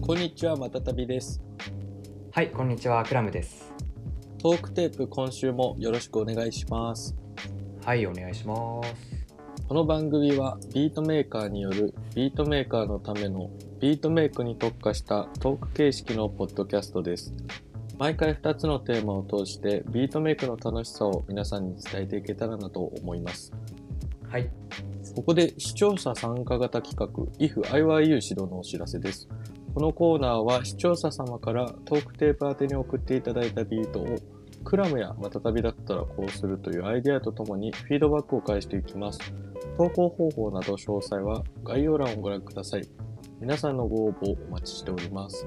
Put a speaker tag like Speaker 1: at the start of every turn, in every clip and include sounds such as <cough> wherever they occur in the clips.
Speaker 1: こんにちは、またたびです。
Speaker 2: はい、こんにちは、クラムです。
Speaker 1: トークテープ今週もよろしくお願いします。
Speaker 2: はい、お願いします。
Speaker 1: この番組はビートメーカーによるビートメーカーのためのビートメイクに特化したトーク形式のポッドキャストです。毎回2つのテーマを通してビートメイクの楽しさを皆さんに伝えていけたらなと思います。
Speaker 2: はい、
Speaker 1: ここで視聴者参加型企画 IFIYU 指導のお知らせです。このコーナーは視聴者様からトークテープ宛てに送っていただいたビートをクラムやまたたびだったらこうするというアイデアとともにフィードバックを返していきます。投稿方法など詳細は概要欄をご覧ください。皆さんのご応募お待ちしております。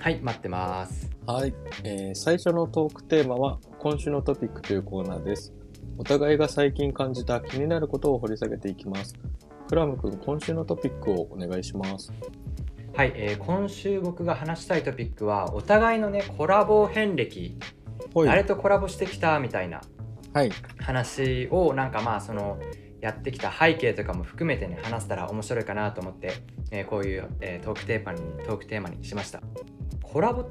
Speaker 2: はい、待ってます。
Speaker 1: はい、えー最初のトークテーマは今週のトピックというコーナーですお互いが最近感じた気になることを掘り下げていきますクラム君今週のトピックをお願いします
Speaker 2: はい、えー今週僕が話したいトピックは、お互いのね、コラボ遍歴、
Speaker 1: ほ
Speaker 2: あれとコラボしてきたみたいな
Speaker 1: はい
Speaker 2: 話を、なんかまあ、その、やってきた背景とかも含めてね、話せたら面白いかなと思って、えーこういう、えートークテーマに、トークテーマにしました。コラボっ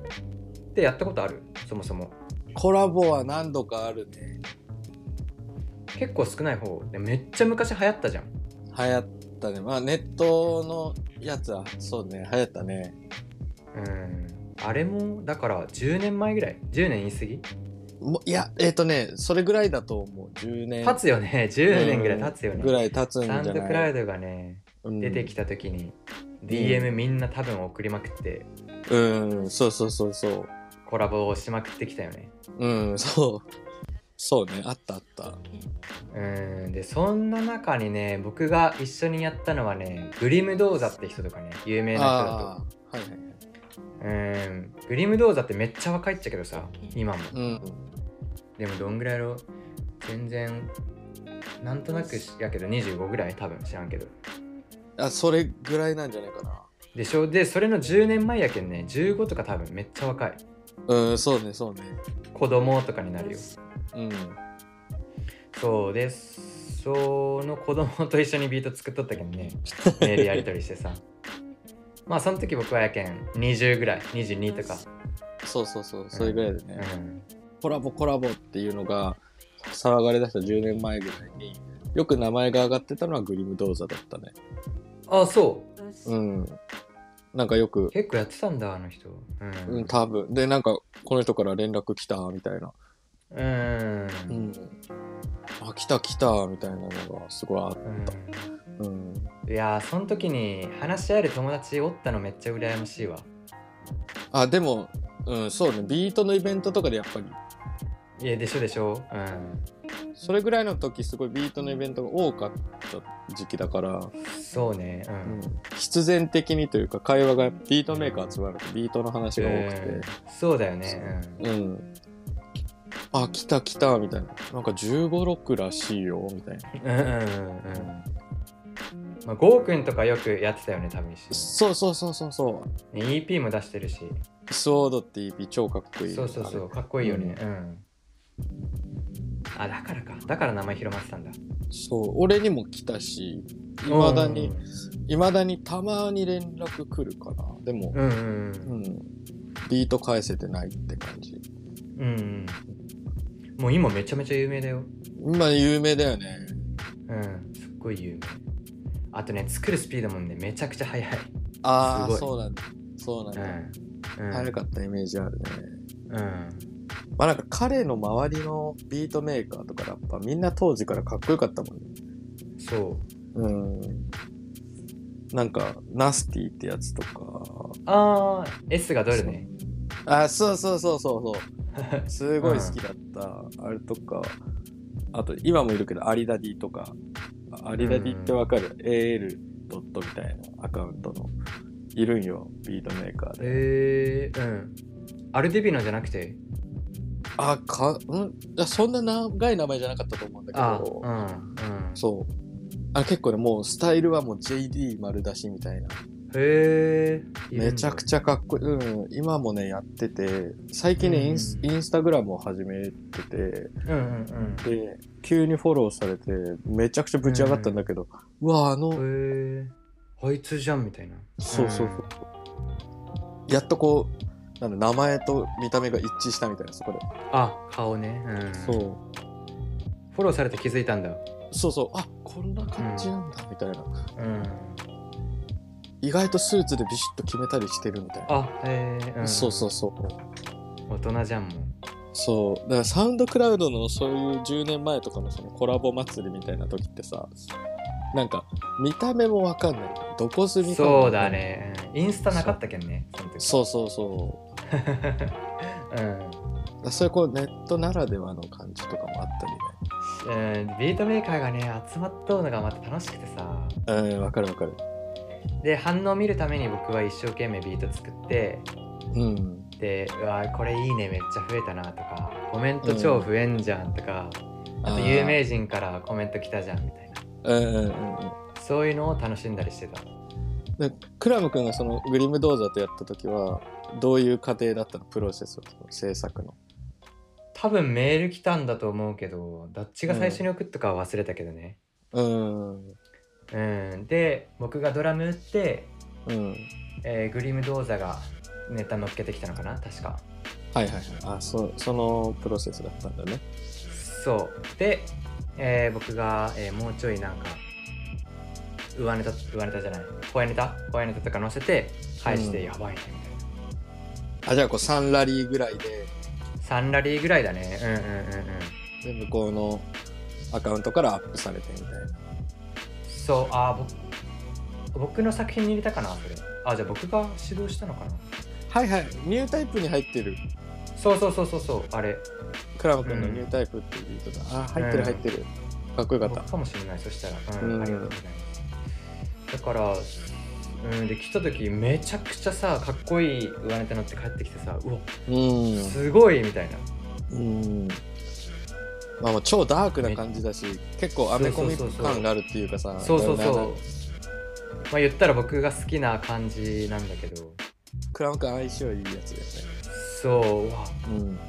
Speaker 2: てやったことあるそもそも。
Speaker 1: コラボは何度かあるね
Speaker 2: 結構少ない方で、めっちゃ昔流行ったじゃん。
Speaker 1: 流行ったねまあネットのやつはそうね流行ったね
Speaker 2: うんあれもだから10年前ぐらい10年言い過ぎ
Speaker 1: もいやえっ、とねそれぐらいだと思う10年
Speaker 2: 経つよね10年 <laughs> ぐらい経つよね
Speaker 1: ぐらい経つんじ
Speaker 2: サ
Speaker 1: ゃ
Speaker 2: ウンドク
Speaker 1: な
Speaker 2: ラ
Speaker 1: い
Speaker 2: ウドがね出
Speaker 1: 出
Speaker 2: てきた時に DM みんな多分送りまくって
Speaker 1: うんそうそうそうそう
Speaker 2: コラボをしまくってきたよね
Speaker 1: うん、そう。そうね、あったあった。
Speaker 2: うんでそんな中にね僕が一緒にやったのはねグリムドーザって人とかね有名な人だと
Speaker 1: ああ、はいはいはい。
Speaker 2: うんグリムドーザってめっちゃ若いっちゃけどさ今も
Speaker 1: うん。
Speaker 2: でもどんぐらいやろう全然なんとなくやけど25ぐらい多分知らんけど
Speaker 1: あ、それぐらいなんじゃないかな。
Speaker 2: でしょでそれの10年前やけんね15とか多分めっちゃ若い
Speaker 1: うん、そうね、そうね。
Speaker 2: 子供とかになるよ
Speaker 1: うん。
Speaker 2: そうですその子供と一緒にビート作っとったけんねメールやり取りしてさ <laughs> まあその時僕はやけん20ぐらい22とか、
Speaker 1: そうそうそう、それぐらいで
Speaker 2: う
Speaker 1: ね。
Speaker 2: ん、
Speaker 1: コラボコラボっていうのが騒がれ出した10年前ぐらいによく名前が上がってたのはグリムドーザだったね。
Speaker 2: あそう
Speaker 1: うん。なんかよく、
Speaker 2: 結構やってたんだあの人うん、
Speaker 1: うん、多分。で、なんかこの人から連絡来たみたいな。
Speaker 2: うん
Speaker 1: うん。あ、来た来たみたいなのがすごいあっ
Speaker 2: うん
Speaker 1: た。うん。
Speaker 2: いやーその時に話し合える友達おったのめっちゃ羨ましいわ
Speaker 1: あでも、うん、そうねビートのイベントとかでやっぱり
Speaker 2: いやでしょでしょうん
Speaker 1: それぐらいの時すごいビートのイベントが多かった時期だから、
Speaker 2: そうねう
Speaker 1: うん
Speaker 2: ん、
Speaker 1: 必然的にというか会話がビートメーカー集まるとビートの話が多く
Speaker 2: うん
Speaker 1: て
Speaker 2: そうだよねうん
Speaker 1: うん、あ来た来たみたいななんか1 5 6らしいよみたいな
Speaker 2: うんうんうんうんまあ、ゴーくんとかよくやってたよね、多分一緒
Speaker 1: そうそうそうそうそう
Speaker 2: に。ね EP も出してるし、
Speaker 1: スウォードっていう EP 超かっこいい
Speaker 2: そうそうそう、かっこいいよね。うん。あ、だからか。だから名前広まってたんだ。
Speaker 1: あれそう俺にも来たしいまだにいまだにたまに連絡来るかなでも、
Speaker 2: うん。うんう
Speaker 1: うんん、ビート返せてないって感じ
Speaker 2: うん。うんうん。もう今めちゃめちゃ有名だよ。
Speaker 1: 今有名だよね
Speaker 2: うん。すっごい有名。あとね、作るスピードもね、めちゃくちゃ速い。
Speaker 1: あ
Speaker 2: すご
Speaker 1: あ
Speaker 2: い
Speaker 1: そうなんだそうなん
Speaker 2: う
Speaker 1: だ、
Speaker 2: ん。うん。
Speaker 1: 早かったイメージあるね
Speaker 2: うん。
Speaker 1: まあなんか彼の周りのビートメーカーとかラッパーみんな当時からかっこよかったもんね
Speaker 2: そう。
Speaker 1: うんなんかナスティってやつとか
Speaker 2: あー、S がどれね。
Speaker 1: あそうそうそうそうそ
Speaker 2: <laughs>
Speaker 1: うすごい好きだった、あれとかあと今もいるけどアリダディとかあアリダディってわかる、AL ドットみたいなアカウントのいるんよビートメーカーで
Speaker 2: えー、うん。アルデビナじゃなくて
Speaker 1: あかうんいやそんな長い名前じゃなかったと思うんだけ
Speaker 2: あ、
Speaker 1: ど、
Speaker 2: うん、うん。
Speaker 1: そうあ結構ねもうスタイルはもう JD 丸出しみたいな
Speaker 2: へえ。
Speaker 1: めちゃく
Speaker 2: ち
Speaker 1: ちゃかっこいい、うん、今もねやってて最近ね、インス
Speaker 2: うん
Speaker 1: インスタグラムを始めてて
Speaker 2: ゃ。うんうん
Speaker 1: で急にフォローされてめちゃくちゃぶち上がったんだけど、うわあの、
Speaker 2: うん。へえ。あいつじゃんみたいな。
Speaker 1: そうそうそう、やっとこうなんだ名前と見た目が一致したみたいなそこで、
Speaker 2: あ顔ね、うん、
Speaker 1: そう
Speaker 2: フォローされて気づいたんだ
Speaker 1: そうそうあこんな感じなんだみたいな、
Speaker 2: うん
Speaker 1: 意外とスーツでビシッと決めたりしてるみたいな、
Speaker 2: あえーうん、
Speaker 1: そうそうそう
Speaker 2: 大人じゃんもう
Speaker 1: そうだからサウンドクラウドのそういう10年前とかのそのコラボ祭りみたいな時ってさなんか見た目もわかんないどこ住みかも
Speaker 2: そうだね、うんインスタなかったけんねその時、
Speaker 1: そうそうそう
Speaker 2: <laughs> うん
Speaker 1: うだそういうこうネットならではの感じとかもあったりね
Speaker 2: うん、ビートメーカーがね集まっとうのがまた楽しくてさ
Speaker 1: うん、わかるわかる。
Speaker 2: で反応を見るために僕は一生懸命ビート作って
Speaker 1: うん。
Speaker 2: で「うわこれいいねめっちゃ増えたな」とか「コメント超増えんじゃん」とか、あと有名人からコメント来たじゃんみたいな
Speaker 1: あー。うんうんうんうん。
Speaker 2: そういうのを楽しんだりしてた
Speaker 1: で、クラム君がそのグリム道場とやった時は、どういう過程だったのプロセスを、制作の。
Speaker 2: 多分メール来たんだと思うけどどっちが最初に送ったかは忘れたけどね
Speaker 1: うん。
Speaker 2: うん、で僕がドラム打って、
Speaker 1: うん。
Speaker 2: えーグリム・ドーザがネタ乗っけてきたのかな確か
Speaker 1: はいはいはい。あ、そう、そのプロセスだったんだね。
Speaker 2: そうで、えー僕が、えーもうちょいなんか上ネタ上ネタじゃない声ネタ声ネタとか載せて返して
Speaker 1: うん
Speaker 2: やばいねみたいな、
Speaker 1: あ、じゃあこう3ラリーぐらいで、
Speaker 2: 3ラリーぐらいだねうんうんうんうん
Speaker 1: で、向こうのアカウントからアップされてみたいな。
Speaker 2: そうあーぼ僕の作品に入れたかなそれあじゃあ僕が指導したのかな
Speaker 1: はいはい。ニュータイプに入ってる。
Speaker 2: そうそうそうそうそうあれ
Speaker 1: クラム君のニュータイプっていうビートだ。あ、入ってる入ってる。かっこよかっ
Speaker 2: 僕
Speaker 1: た。
Speaker 2: かもしれないそしたらうん、
Speaker 1: うん
Speaker 2: ありがとうございますだからうんで来た時めちゃくちゃさかっこいい上ネタ乗って帰ってきてさうわ
Speaker 1: うん。
Speaker 2: すごいみたいな
Speaker 1: うんまあもう超ダークな感じだし結構アメコミ
Speaker 2: そうそうそうそう
Speaker 1: 感があるっていうかさ
Speaker 2: そうそうそう
Speaker 1: なんか
Speaker 2: まあ言ったら僕が好きな感じなんだけど
Speaker 1: クラム感相性いいやつですね
Speaker 2: そううわ
Speaker 1: うん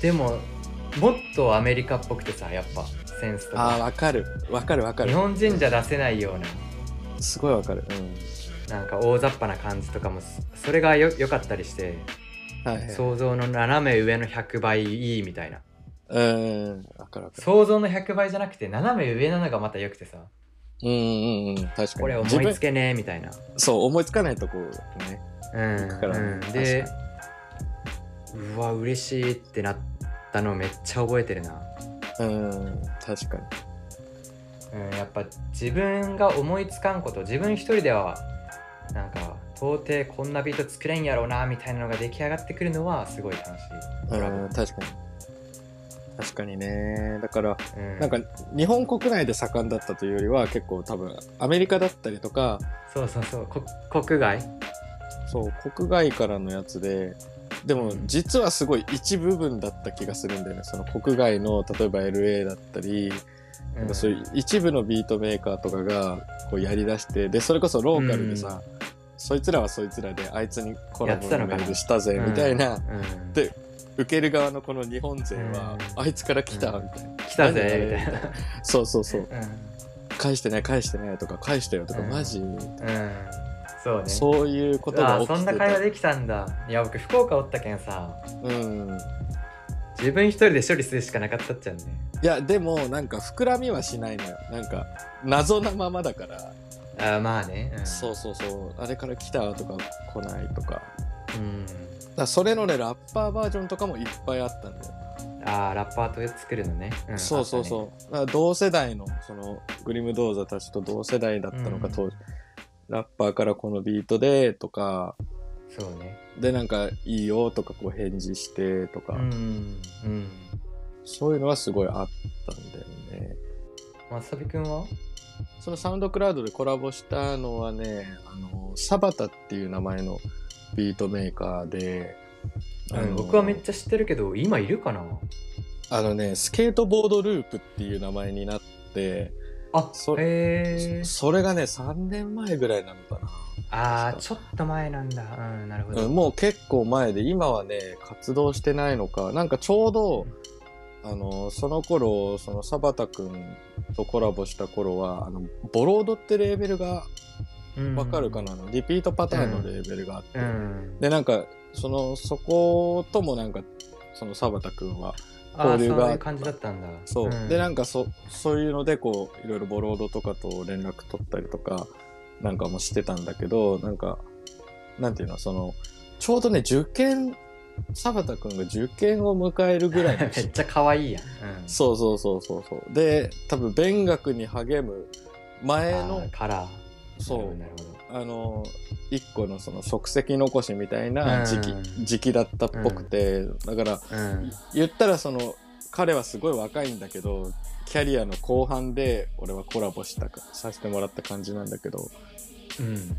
Speaker 2: でももっとアメリカっぽくてさやっぱセンスと
Speaker 1: あー
Speaker 2: か
Speaker 1: わかるわかるわか
Speaker 2: 日
Speaker 1: る
Speaker 2: 本人じゃ出せないような
Speaker 1: すごいわかる
Speaker 2: なんか大雑把な感じとかもすそれがよ良かったりして
Speaker 1: うんはいはい
Speaker 2: 想像の斜め上の100倍いいみたいな
Speaker 1: うんわかるわかる
Speaker 2: 想像の100倍じゃなくて斜め上なのがまた良くてさ
Speaker 1: うんうんうん確かに
Speaker 2: これ思
Speaker 1: 自
Speaker 2: い
Speaker 1: 分
Speaker 2: つけねえみたいな
Speaker 1: そう思いつかないとこね
Speaker 2: うん
Speaker 1: 行くからね
Speaker 2: うんでうわ嬉しいってなったのめっちゃ覚えてるな
Speaker 1: うん確かに
Speaker 2: うん、やっぱ自分が思いつかんこと自分一人ではなんか到底こんなビート作れんやろうなみたいなのが出来上がってくるのはすごい楽しい。
Speaker 1: う
Speaker 2: コラボ
Speaker 1: ん確かに確かにねだから
Speaker 2: うん、
Speaker 1: なんか日本国内で盛んだったというよりは結構多分アメリカだったりとか
Speaker 2: そうそうそうこ国外
Speaker 1: そう国外からのやつででも
Speaker 2: うん
Speaker 1: 実はすごい一部分だった気がするんだよねその国外の例えば LA だったり、なんかそういう一部のビートメーカーとかがこうやりだしてでそれこそローカルでさ、そいつらはそいつらであいつにコラ
Speaker 2: やって
Speaker 1: ボ
Speaker 2: た
Speaker 1: の
Speaker 2: のか
Speaker 1: メ
Speaker 2: な
Speaker 1: ールしたぜみたいな、
Speaker 2: うんうん
Speaker 1: で受ける側のこの日本勢は、
Speaker 2: うん
Speaker 1: あいつから来た
Speaker 2: うん
Speaker 1: みたいな、
Speaker 2: 来たぜみたいな。
Speaker 1: そうそうそう
Speaker 2: うん
Speaker 1: 返してね返してねとか返したよとか、
Speaker 2: うん
Speaker 1: マジ、
Speaker 2: うん、そうね。
Speaker 1: そういうことが
Speaker 2: あ
Speaker 1: 起きて
Speaker 2: そんな会話できたんだ。いや僕福岡おったけんさ
Speaker 1: うん
Speaker 2: 自分一人で処理するしかなかったっちゃんね。
Speaker 1: いやでもなんか膨らみはしないのよなんか謎なままだから、
Speaker 2: あまあね。うん、
Speaker 1: そうそうそうあれから来たとか来ないとかだか
Speaker 2: うん。
Speaker 1: らそれぞれラッパーバージョンとかもいっぱいあったんだよ、
Speaker 2: あーラッパーと作るのね。ん
Speaker 1: そうそう
Speaker 2: あっ
Speaker 1: そう、だから同世代のそのグリムドーザたちと同世代だったのか、
Speaker 2: うん
Speaker 1: 当時ラッパーからこのビートでとか
Speaker 2: たねそうね。
Speaker 1: でなんかいいよとかこう返事してとか、
Speaker 2: うんうん
Speaker 1: そういうのはすごいあったんだよね
Speaker 2: 松旅くんは
Speaker 1: そのサウンドクラウドでコラボしたのはね、あの、サバタっていう名前のビートメーカーで、あの
Speaker 2: 僕はめっちゃ知ってるけど今いるかな
Speaker 1: あのね、スケートボードループっていう名前になって、
Speaker 2: あ
Speaker 1: そ
Speaker 2: へえ
Speaker 1: それがね、3年前ぐらいなのか
Speaker 2: あーちょっと前なんだうんなるほ
Speaker 1: な。
Speaker 2: ど、
Speaker 1: うんもう結構前で、今はね、活動してないのか、なんかちょうど、あの、その頃、そのサバタくんとコラボした頃は、あの、ボロードってレーベルが
Speaker 2: うん
Speaker 1: わかるかなあのリピートパターンのレーベルがあって、
Speaker 2: うん
Speaker 1: でなんかそのそこともなんかその澤田君は
Speaker 2: ああ
Speaker 1: 交流が
Speaker 2: そういう感じだったんだ
Speaker 1: そう、
Speaker 2: ん
Speaker 1: でなんかそそういうのでこういろいろボロードとかと連絡取ったりとかなんかもしてたんだけどなんかなんていうのそのちょうどね受験澤田君が受験を迎えるぐらいの
Speaker 2: <laughs> めっちゃ可愛いやん、うん、
Speaker 1: そうそうそうそうそうで多分勉学に励む前
Speaker 2: あ
Speaker 1: の
Speaker 2: ーカラー
Speaker 1: そう
Speaker 2: なるほど
Speaker 1: あの一個のその職責残しみたいな時期、
Speaker 2: うん
Speaker 1: 時期だったっぽくて、だから
Speaker 2: なるほどうん
Speaker 1: 言ったらその彼はすごい若いんだけどキャリアの後半で俺はコラボしたかさせてもらった感じなんだけど
Speaker 2: うん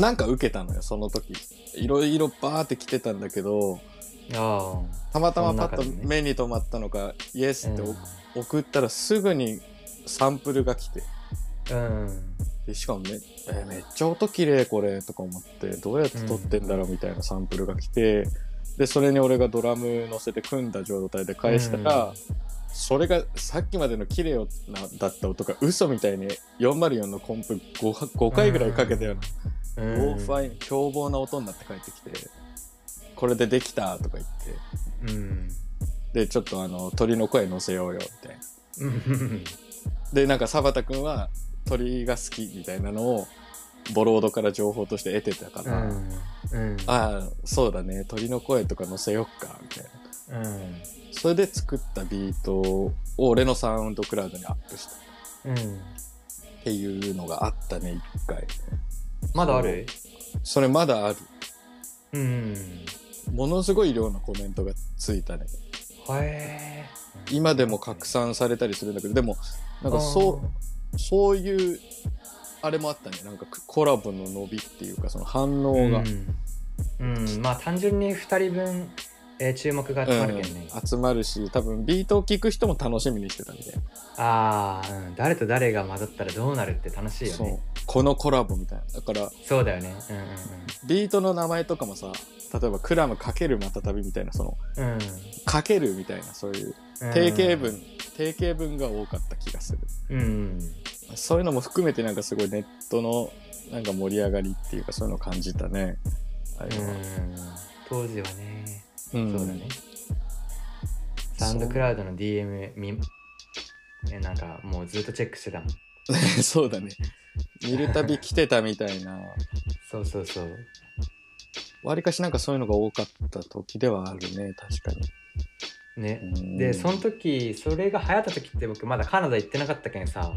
Speaker 1: なんか受けたのよその時いろいろバーって来てたんだけど
Speaker 2: あ
Speaker 1: たまたまパッ
Speaker 2: その中で
Speaker 1: と
Speaker 2: ね
Speaker 1: 目に留まったのが、イエス
Speaker 2: あ
Speaker 1: ってお、送ったらすぐにサンプルが来て
Speaker 2: うん
Speaker 1: でしかもめ,、えーめっちゃ音綺麗これとか思ってどうやって撮ってんだろうみたいなサンプルが来て、でそれに俺がドラム乗せて組んだ状態で返したら、
Speaker 2: うん
Speaker 1: それがさっきまでの綺麗なだった音が嘘みたいに404のコンプ 5, 5回ぐらいかけたよう
Speaker 2: う
Speaker 1: な、
Speaker 2: ん
Speaker 1: オーファイン凶暴な音になって帰ってきてこれでできたとか言って
Speaker 2: うん
Speaker 1: でちょっとあの鳥の声乗せようよみたいな
Speaker 2: うん
Speaker 1: でなんかサバタ君は鳥が好きみたいなのをボロードから情報として得てたか
Speaker 2: う
Speaker 1: ら、
Speaker 2: んうん
Speaker 1: ああそうだね鳥の声とか載せよっかみたいな
Speaker 2: うん
Speaker 1: それで作ったビートを俺のサウンドクラウドにアップした
Speaker 2: うん
Speaker 1: っていうのがあったね一回
Speaker 2: まだある
Speaker 1: それまだある
Speaker 2: うん
Speaker 1: ものすごい量のコメントがついたね
Speaker 2: はえ
Speaker 1: 今でも拡散されたりするんだけどでもなんかそうそういうあれもあったねなんかコラボの伸びっていうかその反応が、
Speaker 2: うん、うんまあ単純に2人分、えー注目が集まるけんね、
Speaker 1: うん集まるし多分ビートを聴く人も楽しみにしてたみたいな
Speaker 2: ああ、うん、誰と誰が混ざったらどうなるって楽しいよ
Speaker 1: そう
Speaker 2: ね
Speaker 1: このコラボみたいなだから
Speaker 2: そうだよねうんうん
Speaker 1: ビートの名前とかもさ例えば「クラムかけるまたたび」みたいなその
Speaker 2: うんうん
Speaker 1: 「かける」みたいなそういう
Speaker 2: うん
Speaker 1: 定型文、定型文が多かった気がする
Speaker 2: うん
Speaker 1: そういうのも含めてなんかすごいネットのなんか盛り上がりっていうかそういうのを感じたねあれ
Speaker 2: う
Speaker 1: は
Speaker 2: ん当時はね
Speaker 1: うん
Speaker 2: そうだね。サウンドクラウドの DM み、ね、なんかもうずっとチェックしてたもん。
Speaker 1: そう <laughs> だね見るたび来てたみたいな
Speaker 2: そうそうそう。
Speaker 1: わりかしなんかそういうのが多かった時ではあるね確かに
Speaker 2: ね。
Speaker 1: うん
Speaker 2: で、その時、それが流行った時って僕まだカナダ行ってなかったけんさ、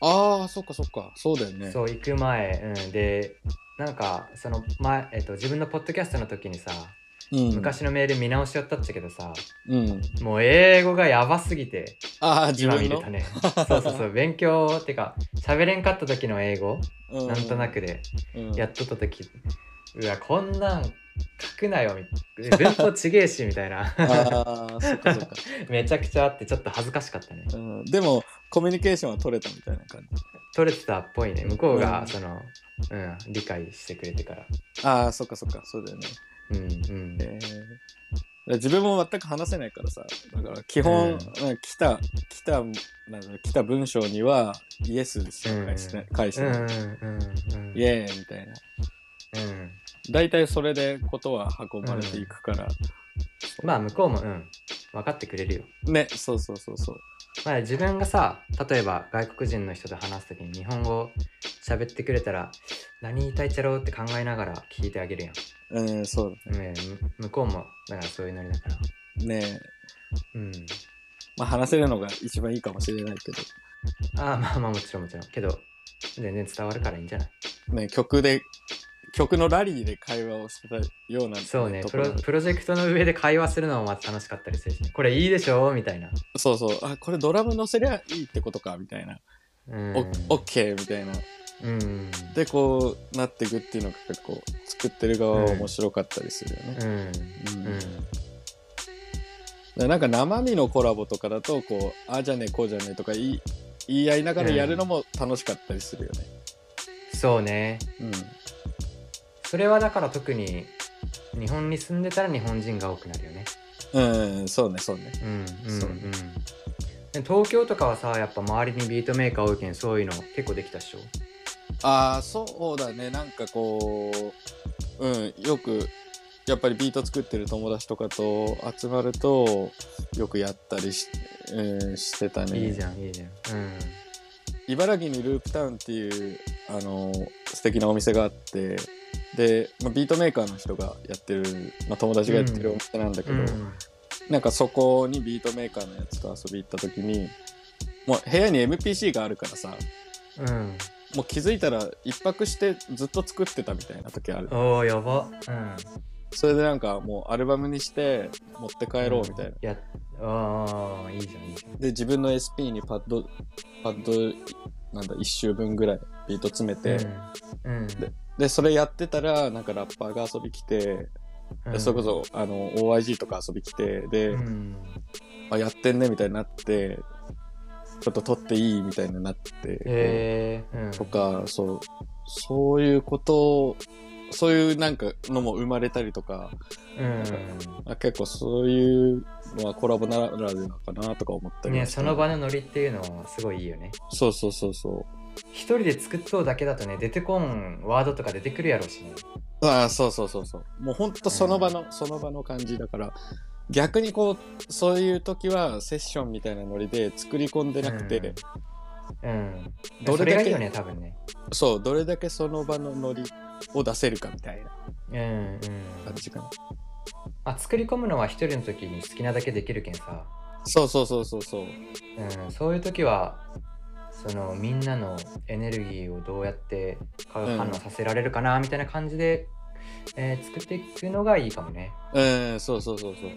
Speaker 1: ああそっかそっかそうだよね
Speaker 2: そう行く前、うん、で、なんかその前、えっと、自分のポッドキャストの時にさ、
Speaker 1: うん、
Speaker 2: 昔のメール見直しよったっちゃけどさ、
Speaker 1: うん、
Speaker 2: もう英語がやばすぎて、
Speaker 1: ああ自
Speaker 2: 今
Speaker 1: 分
Speaker 2: 見れ
Speaker 1: の
Speaker 2: たね。そうそうそう、勉強ってか、喋れんかった時の英語、
Speaker 1: う
Speaker 2: なんとなくで、
Speaker 1: うん
Speaker 2: やっとった時うわこんなん書くなよみ文法ちげえしみたいな
Speaker 1: ああそっかそっか
Speaker 2: <laughs> めちゃくちゃあってちょっと恥ずかしかったね
Speaker 1: うんでもコミュニケーションは取れたみたいな感じ
Speaker 2: 取れてたっぽいね向こう
Speaker 1: うん
Speaker 2: がその、うん、理解してくれてから
Speaker 1: ああそっかそっかそうだよね、
Speaker 2: うんうん
Speaker 1: えー自分も全く話せないからさだから基本、
Speaker 2: う
Speaker 1: なん
Speaker 2: ん
Speaker 1: か来た来たなんだろう来た文章にはイエスしか返してない、返して
Speaker 2: うんう
Speaker 1: ない、
Speaker 2: んうん
Speaker 1: イエーイみたいな
Speaker 2: うん
Speaker 1: 大体それでことは運ばれていくから、
Speaker 2: まあ向こうもうん分かってくれるよ、
Speaker 1: ねそうそうそうそう
Speaker 2: まあ、自分がさ例えば外国人の人と話す時に日本語喋ってくれたら何言いたいっちゃろうって考えながら聞いてあげるやん、
Speaker 1: うんそう
Speaker 2: うん向こうもだからそういうノリだから
Speaker 1: ね
Speaker 2: うん
Speaker 1: まあ話せるのが一番いいかもしれないけど
Speaker 2: ああまあまあもちろんもちろんけど全然伝わるからいいんじゃない
Speaker 1: ね、曲で曲のラリーで会話をしてたような
Speaker 2: そうね
Speaker 1: と
Speaker 2: プ
Speaker 1: ころ
Speaker 2: ロプロジェクトの上で会話するのもまた楽しかったりするし、ね、これいいでしょみたいな、
Speaker 1: そうそうあこれドラム乗せりゃいいってことかみたいな、
Speaker 2: うん、
Speaker 1: オッオッケーみたいな
Speaker 2: うん
Speaker 1: でこうなっていくっていうのが結構作ってる側は面白かったりするよね、
Speaker 2: うん
Speaker 1: うん
Speaker 2: うん
Speaker 1: だからなんか生身のコラボとかだとこうああじゃねえこうじゃねえとか言い言い合いながらやるのも楽しかったりするよね、
Speaker 2: そうね
Speaker 1: うん
Speaker 2: それはだから特に日本に住んでたら日本人が多くなるよね
Speaker 1: うん、そうねそうね
Speaker 2: うんうんう
Speaker 1: そうん
Speaker 2: で東京とかはさやっぱ周りにビートメーカー多いけんそういうの結構できたっしょ
Speaker 1: ああそうだねなんかこううんよくやっぱりビート作ってる友達とかと集まるとよくやったりし,、うん、してたね
Speaker 2: いいじゃんいいじゃんうん
Speaker 1: 茨城にループタウンっていうあの素敵なお店があってで、まあ、ビートメーカーの人がやってる、まあ、友達がやってるお店なんだけど、
Speaker 2: うん
Speaker 1: なんかそこにビートメーカーのやつと遊び行った時にもう部屋に MPC があるからさ
Speaker 2: うん
Speaker 1: もう気づいたら一泊してずっと作ってたみたいな時ある
Speaker 2: おおやばうん
Speaker 1: それでなんかもうアルバムにして持って帰ろうみたいな
Speaker 2: やああいいじゃんいいじゃん
Speaker 1: で自分の SP にパッドパッドなんだ1周分ぐらいビート詰めて、
Speaker 2: うん
Speaker 1: でそれやってたらなんかラッパーが遊び来て、
Speaker 2: うん
Speaker 1: でそれこそあの OIG とか遊び来てで、
Speaker 2: うん
Speaker 1: あやってんねみたいになってちょっと撮っていいみたいになって、
Speaker 2: へえうん
Speaker 1: とかそうそういうことをそういうなんかのも生まれたりとか
Speaker 2: う
Speaker 1: あ結構そういうのはコラボならではかなとか思った
Speaker 2: ん
Speaker 1: り
Speaker 2: ね
Speaker 1: はした
Speaker 2: その場のノリっていうのはすごいいいよね
Speaker 1: そうそうそうそ
Speaker 2: 一人で作っとうだけだとね出てこんワードとか出てくるやろうしね
Speaker 1: うああそうそうそうそうもうほんとその場の、その場の感じだから逆にこうそういう時はセッションみたいなノリで作り込んでなくて、
Speaker 2: うん、うん、
Speaker 1: ど
Speaker 2: そ
Speaker 1: れだけ
Speaker 2: れがいいよね多分ね
Speaker 1: そうどれだけその場のノリを出せるかみたいな
Speaker 2: うんうん
Speaker 1: 感じかな
Speaker 2: あ作り込むのは一人の時に好きなだけできるけんさ、
Speaker 1: そうそうそうそうそう
Speaker 2: うん、そういう時はそのみんなのエネルギーをどうやって化学反応させられるかなみたいな感じで、えー作っていくのがいいかもね
Speaker 1: うんそうそうそうそう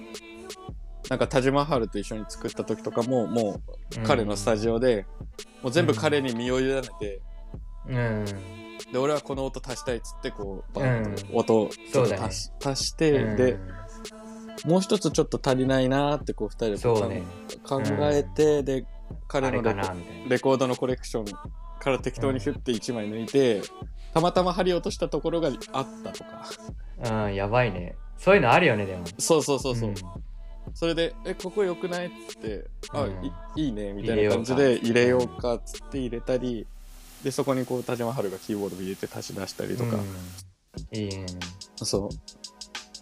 Speaker 1: なんか田島春と一緒に作った時とかももう彼のスタジオで、もう全部彼に身を委ねて、
Speaker 2: オうん
Speaker 1: で俺はこの音足したいっつってこうバーッ
Speaker 2: う
Speaker 1: と音をちょっ
Speaker 2: そうだ
Speaker 1: と
Speaker 2: ね
Speaker 1: 足,、足して、
Speaker 2: うん
Speaker 1: でもう一つちょっと足りないなーってこう二人で
Speaker 2: そうね
Speaker 1: 考えて、で
Speaker 2: あ
Speaker 1: 彼
Speaker 2: れ
Speaker 1: の
Speaker 2: か
Speaker 1: レコ
Speaker 2: なみたいな
Speaker 1: レコードのコレクションから適当にヒュッて1枚抜いて、たまたま針落としたところがあったとか
Speaker 2: うん、やばいね。そういうのあるよね、でも。
Speaker 1: そうそうそうそう、
Speaker 2: ん
Speaker 1: それで「えここ良くない?」っつって「あ、
Speaker 2: うん
Speaker 1: いいいね」みたいな感じで入
Speaker 2: 入
Speaker 1: れ
Speaker 2: れ
Speaker 1: よ
Speaker 2: よ
Speaker 1: う
Speaker 2: う
Speaker 1: かっつって入れたりでそこにこう田島春がキーボードを入れて足し出したりとか、
Speaker 2: うんいいね。
Speaker 1: そ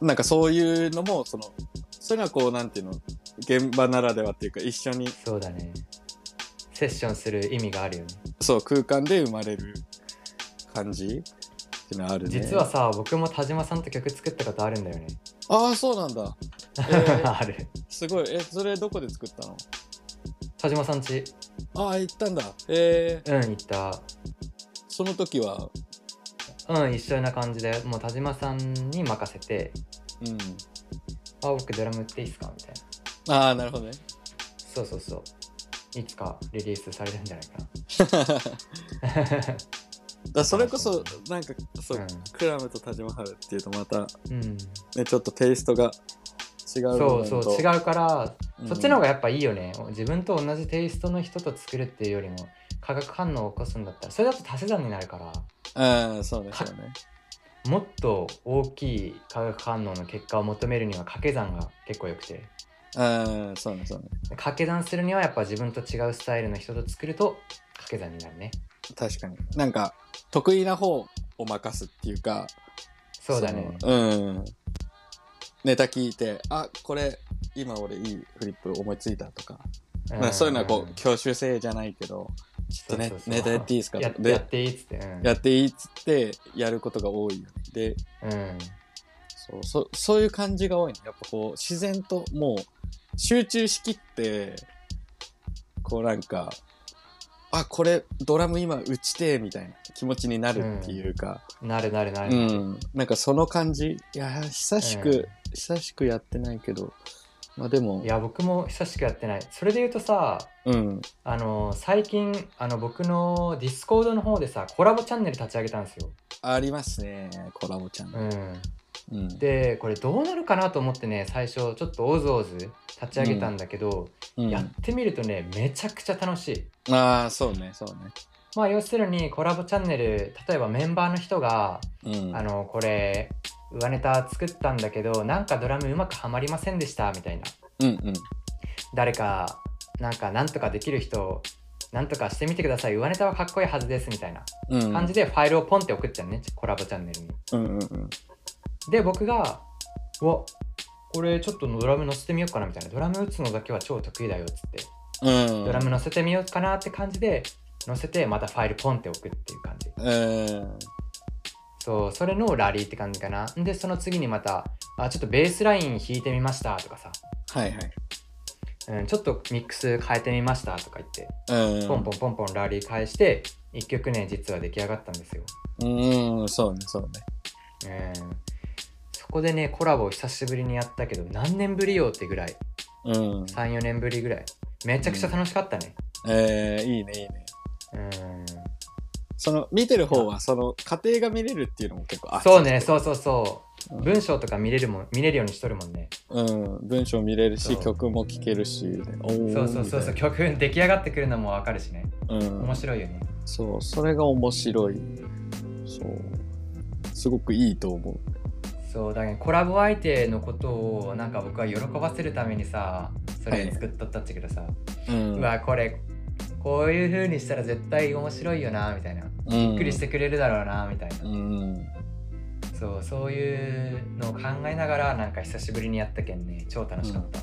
Speaker 1: うなんかそういうのもそのそういうのはこうなんていうの現場ならではっていうか一緒に
Speaker 2: そうだね。セッションする意味があるよね。
Speaker 1: そう空間で生まれる感じっていうのはあるね
Speaker 2: 実はさ、僕も田島さんと曲作ったことあるんだ
Speaker 1: <laughs>
Speaker 2: よね。
Speaker 1: ああそうなんだ、え
Speaker 2: <laughs>
Speaker 1: ー
Speaker 2: ある。
Speaker 1: すごいえそれどこで作ったの
Speaker 2: 田島さんち、
Speaker 1: ああ行ったんだえー、
Speaker 2: うん、行った。
Speaker 1: その時は
Speaker 2: うん、一緒な感じで、もう田島さんに任せて、
Speaker 1: うん
Speaker 2: あ、僕ドラム打っていいっすかみたいな。
Speaker 1: ああなるほどね <laughs>
Speaker 2: そうそうそう。いつかリリースされるんじゃないか
Speaker 1: <laughs> だそれこそなんかそう、
Speaker 2: うん
Speaker 1: クラムと田島春っていうとまた
Speaker 2: な。うん。
Speaker 1: ねちょっとテイストが違う
Speaker 2: そうそう、違
Speaker 1: う、
Speaker 2: うから、そっちの方
Speaker 1: が
Speaker 2: がやっぱいいよね。自分と同じテイストの人と作るっていうよりも化学反応を起こすんだったらそれだと足し算になるから
Speaker 1: うんそうねそうね
Speaker 2: もっと大きい化学反応の結果を求めるには掛け算が結構よくて
Speaker 1: うんそうねそうね
Speaker 2: 掛け算するにはやっぱ自分と違うスタイルの人と作ると掛け算になるね。
Speaker 1: 確かになんか得意な方を任すっていうか
Speaker 2: そうだね
Speaker 1: そ。のうんネタ聞いてあこれ今俺いいフリップ思いついたとか、
Speaker 2: ん
Speaker 1: まあそういうのはこう教習生じゃないけどちょっとね
Speaker 2: そうそうそう
Speaker 1: ネタやっていいですか
Speaker 2: や
Speaker 1: とかで
Speaker 2: やっていいっつって。うん
Speaker 1: やっていいっつってやることが多いよねで
Speaker 2: うん
Speaker 1: そうそそういう感じが多いねやっぱこう自然ともう集中しきってこうなんかあこれドラム今打ちてえみたいな気持ちになるっていうか、
Speaker 2: なるなるな
Speaker 1: う
Speaker 2: る。
Speaker 1: んなんかその感じいや久しく、
Speaker 2: うん
Speaker 1: 久しくやってないけどまあでも
Speaker 2: いや僕も久しくやってない。それで言うとさ
Speaker 1: うん
Speaker 2: あの最近あの僕のディスコードの方でさコラボチャンネル立ち上げたんですよ、
Speaker 1: ありますねコラボちゃん、
Speaker 2: う
Speaker 1: うん、
Speaker 2: ん、でこれどうなるかなと思ってね最初ちょっとおずおず立ち上げたんだけど、
Speaker 1: うん
Speaker 2: やってみるとねめちゃくちゃ楽しい
Speaker 1: ああそうねそう
Speaker 2: まあ要するにコラボチャンネル例えばメンバーの人が
Speaker 1: ねう
Speaker 2: 「
Speaker 1: ん
Speaker 2: あのこれ上ネタ作ったんだけどなんかドラムうまくはまりませんでした」みたいな
Speaker 1: うんうん
Speaker 2: 誰かなんかなんとかできる人なんとかしてみてください上ネタはかっこいいはずですみたいな
Speaker 1: うん
Speaker 2: 感じでファイルをポンって送っちゃうねコラボチャンネルに
Speaker 1: うんうんうん
Speaker 2: で僕が「うわこれちょっとドラム乗せてみようかな」みたいな「ドラム打つのだけは超得意だよ」っつって
Speaker 1: うん
Speaker 2: ドラム乗せてみようかなって感じで乗せてまたファイルポンって送っていう感じ
Speaker 1: うん
Speaker 2: そうそれのラリーって感じかなでその次にまたあちょっとベースライン弾いてみましたとかさ、
Speaker 1: はいはい
Speaker 2: うん、ちょっとミックス変えてみましたとか言って
Speaker 1: うん
Speaker 2: ポンポンポンポンラリー返して1曲ね実は出来上がったんですよ、
Speaker 1: うんそうねそうね
Speaker 2: うん、そこでねコラボを久しぶりにやったけど何年ぶりよってぐらい
Speaker 1: うん
Speaker 2: 34年ぶりぐらいめちゃくちゃ楽しかったね
Speaker 1: えー、いいねいいね
Speaker 2: うん
Speaker 1: その見てる方はその家庭が見れるっていうのも結構あ
Speaker 2: そうねそうそうそううん文章とか見れるもん見れるようにしとるもんね
Speaker 1: うん、文章見れるし
Speaker 2: そう
Speaker 1: 曲も聴けるしおー
Speaker 2: そうそうそうそう
Speaker 1: み
Speaker 2: 曲出来上がってくるのもわかるしね
Speaker 1: たいなうん
Speaker 2: 面白いよね
Speaker 1: そうそれが面白いそうすごくいいと思う
Speaker 2: そうだけどコラボ相手のことをなんか僕は喜ばせるためにさそれ作っとったっちゃけどさ、
Speaker 1: うん
Speaker 2: うわこれこういう風にしたら絶対面白いよなみたいなび
Speaker 1: び
Speaker 2: っくりしてくれるだろうなみたいな、
Speaker 1: うん
Speaker 2: そうそういうのを考えながらなんか久しぶりにやったけんね超楽しかった、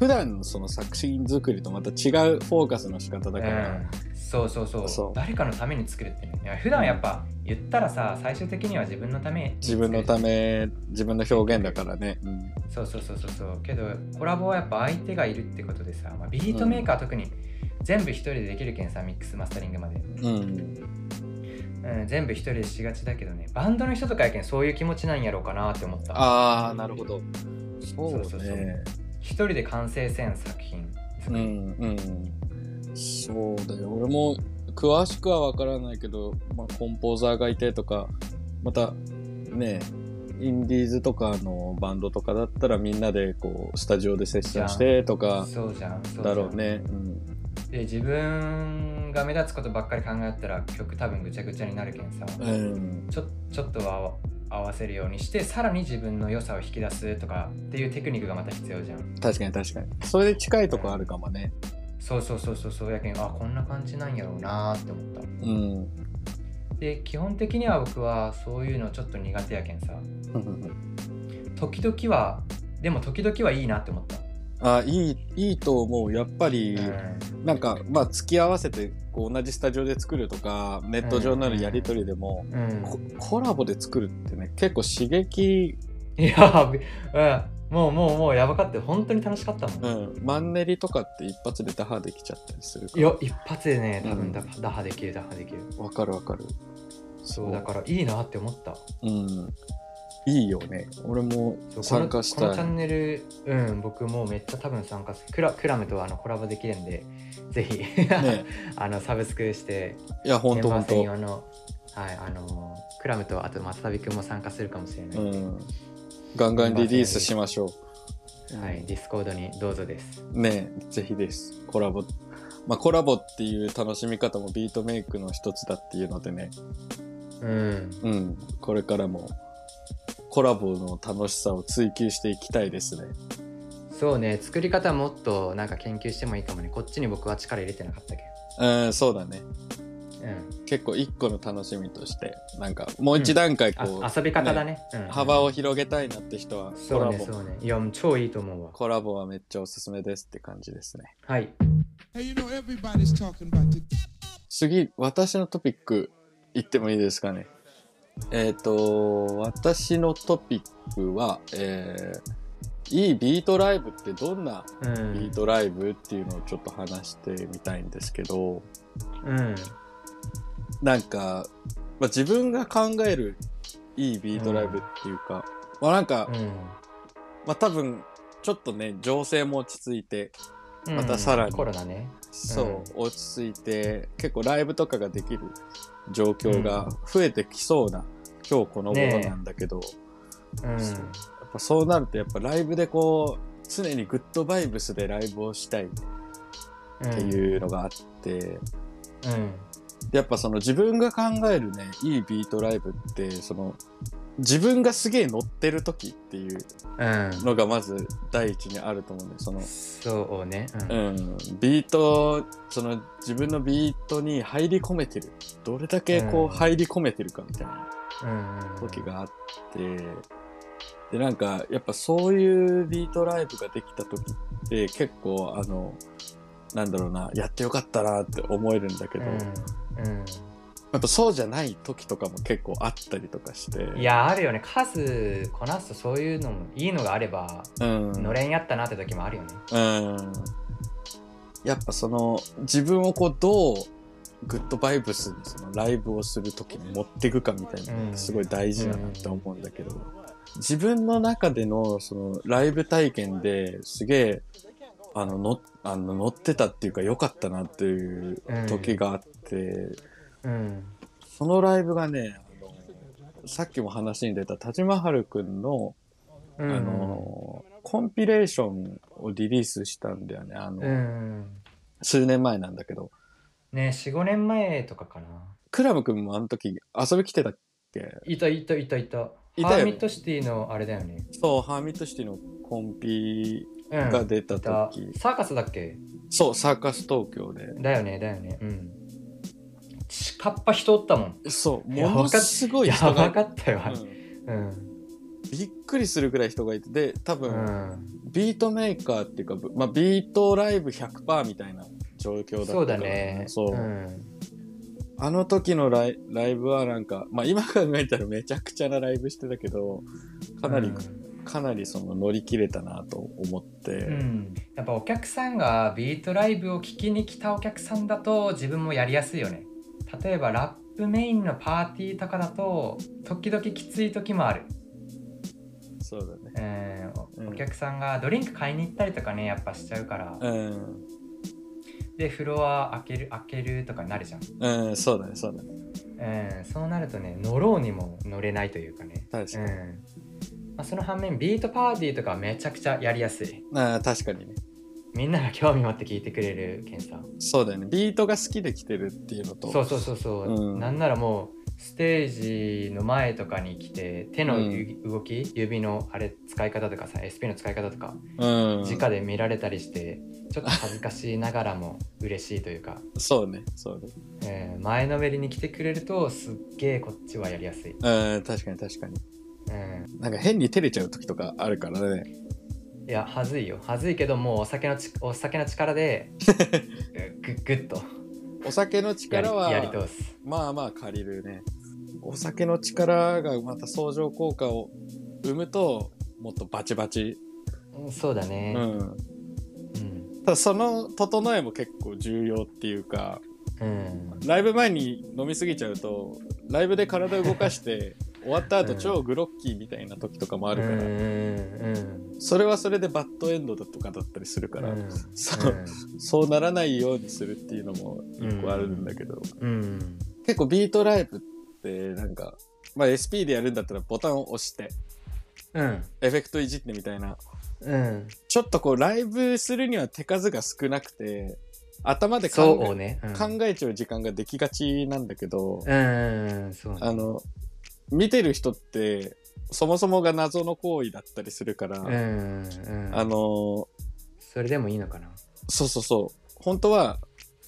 Speaker 1: 普段のその作品作りとまた違うフォーカスの仕方だから、
Speaker 2: うんそうそうそう
Speaker 1: そう
Speaker 2: 誰かのために作るってねいや普段やっぱ言ったらさ最終的には自分のために
Speaker 1: 自
Speaker 2: 作る
Speaker 1: 分のため自分の表現だからね、うん
Speaker 2: そうそうそうそうそうけどコラボはやっぱ相手がいるってことでさ、まあ、ビートメーカーは特に全部一人でできるけんさミックスマスタリングまで、
Speaker 1: うん、
Speaker 2: うん、全部一人でしがちだけどねバンドの人とかやけんそういう気持ちなんやろうかなって思った
Speaker 1: ああなるほどそうね
Speaker 2: そうそうそう一人で完成せん作品
Speaker 1: う
Speaker 2: 作る
Speaker 1: んうんそうだよ俺も詳しくは分からないけど、まあ、コンポーザーがいてとかまたねインディーズとかのバンドとかだったらみんなでこうスタジオでセッションしてとか
Speaker 2: そうじゃんそうじゃん
Speaker 1: だろうねうん
Speaker 2: で自分が目立つことばっかり考えたら曲多分ぐちゃぐちゃになるけんさ、
Speaker 1: うん
Speaker 2: ちょちょっとは合わせるようにしてさらに自分の良さを引き出すとかっていうテクニックがまた必要じゃん
Speaker 1: 確かに確かにそれで近いとこあるかもね
Speaker 2: そうそうそうそうそうやけんあこんな感じなんやろうなーって思った
Speaker 1: うん
Speaker 2: で基本的には僕はそういうのちょっと苦手やけんさ時々はでも時々はいいなって思っ
Speaker 1: <laughs>
Speaker 2: た、
Speaker 1: あいいいいと思うやっぱり、
Speaker 2: うん
Speaker 1: なんかまあ付き合わせてこう同じスタジオで作るとかネット上なるやり取りでも、
Speaker 2: うん
Speaker 1: ココラボで作るってね結構刺激、
Speaker 2: いやびうんもうもうもうやばかって本当に楽しかったもん、
Speaker 1: うん、マンネリとかって一発で打破できちゃったりするか
Speaker 2: いや一発でね多
Speaker 1: うん
Speaker 2: 分打打破できる打破できる
Speaker 1: らわかるわかる
Speaker 2: そうだからいいなって思った
Speaker 1: うんいいよね俺も
Speaker 2: そう
Speaker 1: 参加し
Speaker 2: こ
Speaker 1: た
Speaker 2: のこのチャ
Speaker 1: い
Speaker 2: ンネルうん僕もうめっちゃ多分参加するクラクラムとあのコラボできるんでぜひ、
Speaker 1: ね
Speaker 2: <laughs> あのサブスクして
Speaker 1: いやほん
Speaker 2: メン
Speaker 1: とほ
Speaker 2: バ
Speaker 1: ん
Speaker 2: ー専
Speaker 1: と
Speaker 2: 用のはいあのクラムとあと松旅くんも参加するかもしれない、
Speaker 1: うんガンガンリリースしましょう、
Speaker 2: はいディスコードにどうぞです
Speaker 1: ねぜひですコラボまあコラボっていう楽しみ方もビートメイクの一つだっていうのでね
Speaker 2: うん
Speaker 1: うんこれからもコラボの楽しさを追求していきたいですね
Speaker 2: そうね作り方もっとなんか研究してもいいかもねこっちに僕は力入れてなかったけ
Speaker 1: うんそうだね
Speaker 2: どうん
Speaker 1: 結構一個の楽しみとしてなんかもう一段階こう、
Speaker 2: あ遊び方だねうん、
Speaker 1: 幅を広げたいなって人はコ
Speaker 2: そう
Speaker 1: ラ
Speaker 2: ね
Speaker 1: ボ、
Speaker 2: そうねいやもう超いいと思うわ
Speaker 1: コラボはめっちゃおすすめですって感じですね
Speaker 2: はい
Speaker 3: Hey, you know everybody's talking about the
Speaker 1: 次私のトピック言ってもいいですかねえっ、と私のトピックはえーいいビートライブってどんな
Speaker 2: う
Speaker 1: ビー
Speaker 2: ん
Speaker 1: トライブっていうのをちょっと話してみたいんですけど
Speaker 2: うん
Speaker 1: なんか、まあ、自分が考えるいいビートライブっていうか、まあなんか、まあ多分ちょっとね情勢も落ち着いて
Speaker 2: うん
Speaker 1: またさらに
Speaker 2: コロナね
Speaker 1: そう、落ち着いて結構ライブとかができる状況が増えてきそうな、今日この頃なんだけど、
Speaker 2: うん
Speaker 1: そうやっぱそうなるとやっぱライブでこう常にグッドバイブスでライブをしたいっ
Speaker 2: って
Speaker 1: いうのがあって、
Speaker 2: うん、
Speaker 1: でやっぱその自分が考えるねいいビートライブってその自分がすげえ乗ってる時っていう
Speaker 2: うん
Speaker 1: のがまず第一にあると思うんでその、
Speaker 2: そうね
Speaker 1: う
Speaker 2: うん
Speaker 1: ん、ビートその自分のビートに入り込めてるどれだけこ
Speaker 2: うん
Speaker 1: う入り込めてるかみたいな
Speaker 2: うん
Speaker 1: 時があってでなんかやっぱそういうビートライブができた時って結構あのなんだろうなやってよかったなって思えるんだけど、や
Speaker 2: うん
Speaker 1: っぱそうじゃない時とかも結構あったりとかして
Speaker 2: うんいやあるよね数こなすとそういうのもいいのがあれば
Speaker 1: うん、
Speaker 2: のれんやったなって時もあるよね
Speaker 1: うんやっぱその自分をこうどうグッドバイブスにそのライブをする時に持っていくかみたいなのってすごい大事だなって思うんだけど、自分の中でのそのライブ体験ですげえあののあの乗ってたっていうか良かったなっていう時があって、
Speaker 2: うん
Speaker 1: そのライブがねあのさっきも話に出た田島春くんの
Speaker 2: うん
Speaker 1: あのーコンピレーションをリリースしたんだよね。あの、
Speaker 2: うん
Speaker 1: 数年前なんだけど。
Speaker 2: ね45年前とかかな
Speaker 1: クラム君もあの時遊び来てたっけ
Speaker 2: いたいたいた
Speaker 1: い
Speaker 2: いた
Speaker 1: たよね
Speaker 2: ハーミットシティのあれだよね
Speaker 1: そう、ハーミットシティのコンピ
Speaker 2: うん
Speaker 1: が出た
Speaker 2: いた
Speaker 1: 時、
Speaker 2: サーカスだっけ
Speaker 1: そう、サーカス東京で。
Speaker 2: だよねだよねうん下っ端人おったもん
Speaker 1: そう、
Speaker 2: いや
Speaker 1: ものすごい
Speaker 2: や
Speaker 1: 人が
Speaker 2: ばかったよあれ
Speaker 1: うん
Speaker 2: うん
Speaker 1: びっくりするぐらい人がいて、で、多
Speaker 2: う
Speaker 1: 分、
Speaker 2: ん
Speaker 1: ビートメーカーっていうか、まあ、ビートライブ100%みたいな状況だったから、
Speaker 2: そうだね
Speaker 1: そう。
Speaker 2: ん
Speaker 1: あの時のライライブはなんか、まあ今考えたらめちゃくちゃなライブしてたけど、かなり、
Speaker 2: う
Speaker 1: かなりその乗り切れたなと思って、
Speaker 2: んうんやっぱお客さんがビートライブを聴きに来たお客さんだと自分もやりやすいよね例えばラップメインのパーティーとかだと時々きつい時もある
Speaker 1: そうだね。
Speaker 2: うん
Speaker 1: うん
Speaker 2: お客さんがドリンク買いに行ったりとかねやっぱしちゃうから、
Speaker 1: うん、
Speaker 2: でフロア開ける開けるとかになるじゃん、
Speaker 1: うん、そうだね、そうだね。
Speaker 2: うん、そうなるとね乗ろうにも乗れないというかね、
Speaker 1: 確
Speaker 2: う
Speaker 1: かに。
Speaker 2: んまあ、その反面ビートパーティーとかはめちゃくちゃやりやすい
Speaker 1: ああ確かにね。
Speaker 2: みんなが興味持って聞いてくれるケンさん
Speaker 1: そうだよね。ビートが好きで来てるっていうのと、
Speaker 2: そうそうそうそう、
Speaker 1: うん
Speaker 2: なんならもうステージの前とかに来て手のゆ動き、指のあれ使い方とかさ SP の使い方とか
Speaker 1: うん、
Speaker 2: 直で見られたりして、ちょっと恥ずかしいながらも嬉しいというか、
Speaker 1: そうね、そうね。
Speaker 2: えー前のめりに来てくれるとすっげえこっちはやりやすい、
Speaker 1: うん、確かに確かに。
Speaker 2: うん、
Speaker 1: なんか変に照れちゃう時とかあるからね。
Speaker 2: いやはずいよはずいけどもうお酒のちお酒の
Speaker 1: <laughs>
Speaker 2: 力でぐぐっと
Speaker 1: お酒の
Speaker 2: やり
Speaker 1: 力は、
Speaker 2: やり通す
Speaker 1: まあまあ借りるね。お酒の力がまた相乗効果を生むと、もっとバチバチ。
Speaker 2: うんそうだ
Speaker 1: う
Speaker 2: ね、
Speaker 1: ん。
Speaker 2: うん
Speaker 1: ただその整えも結構重要っていうか、
Speaker 2: うん
Speaker 1: ライブ前に飲みすぎちゃうと、ライブで体動かして、終わった後超グロッキーみたいな時とかもあるから、
Speaker 2: うんうん
Speaker 1: それはそれでバッドエンドだとかだったりするか
Speaker 2: うん
Speaker 1: ら、
Speaker 2: うん
Speaker 1: そうそうならないようにするっていうのも一個あるんだけど、
Speaker 2: うん
Speaker 1: 結構ビートライブってなんか、まあ SP でやるんだったらボタンを押して、
Speaker 2: うん
Speaker 1: エフェクトいじってみたいな、
Speaker 2: うん
Speaker 1: ちょっとこうライブするには手数が少なくて、頭で考
Speaker 2: そう
Speaker 1: え,、
Speaker 2: ね、うん、
Speaker 1: 考えちゃう時間ができがちなんだけど、
Speaker 2: うんそうね
Speaker 1: あの、見てる人って、そもそもが謎の行為だったりするから、
Speaker 2: うんうん
Speaker 1: あの、
Speaker 2: それでもいいのかな
Speaker 1: そうそうそう、本当は、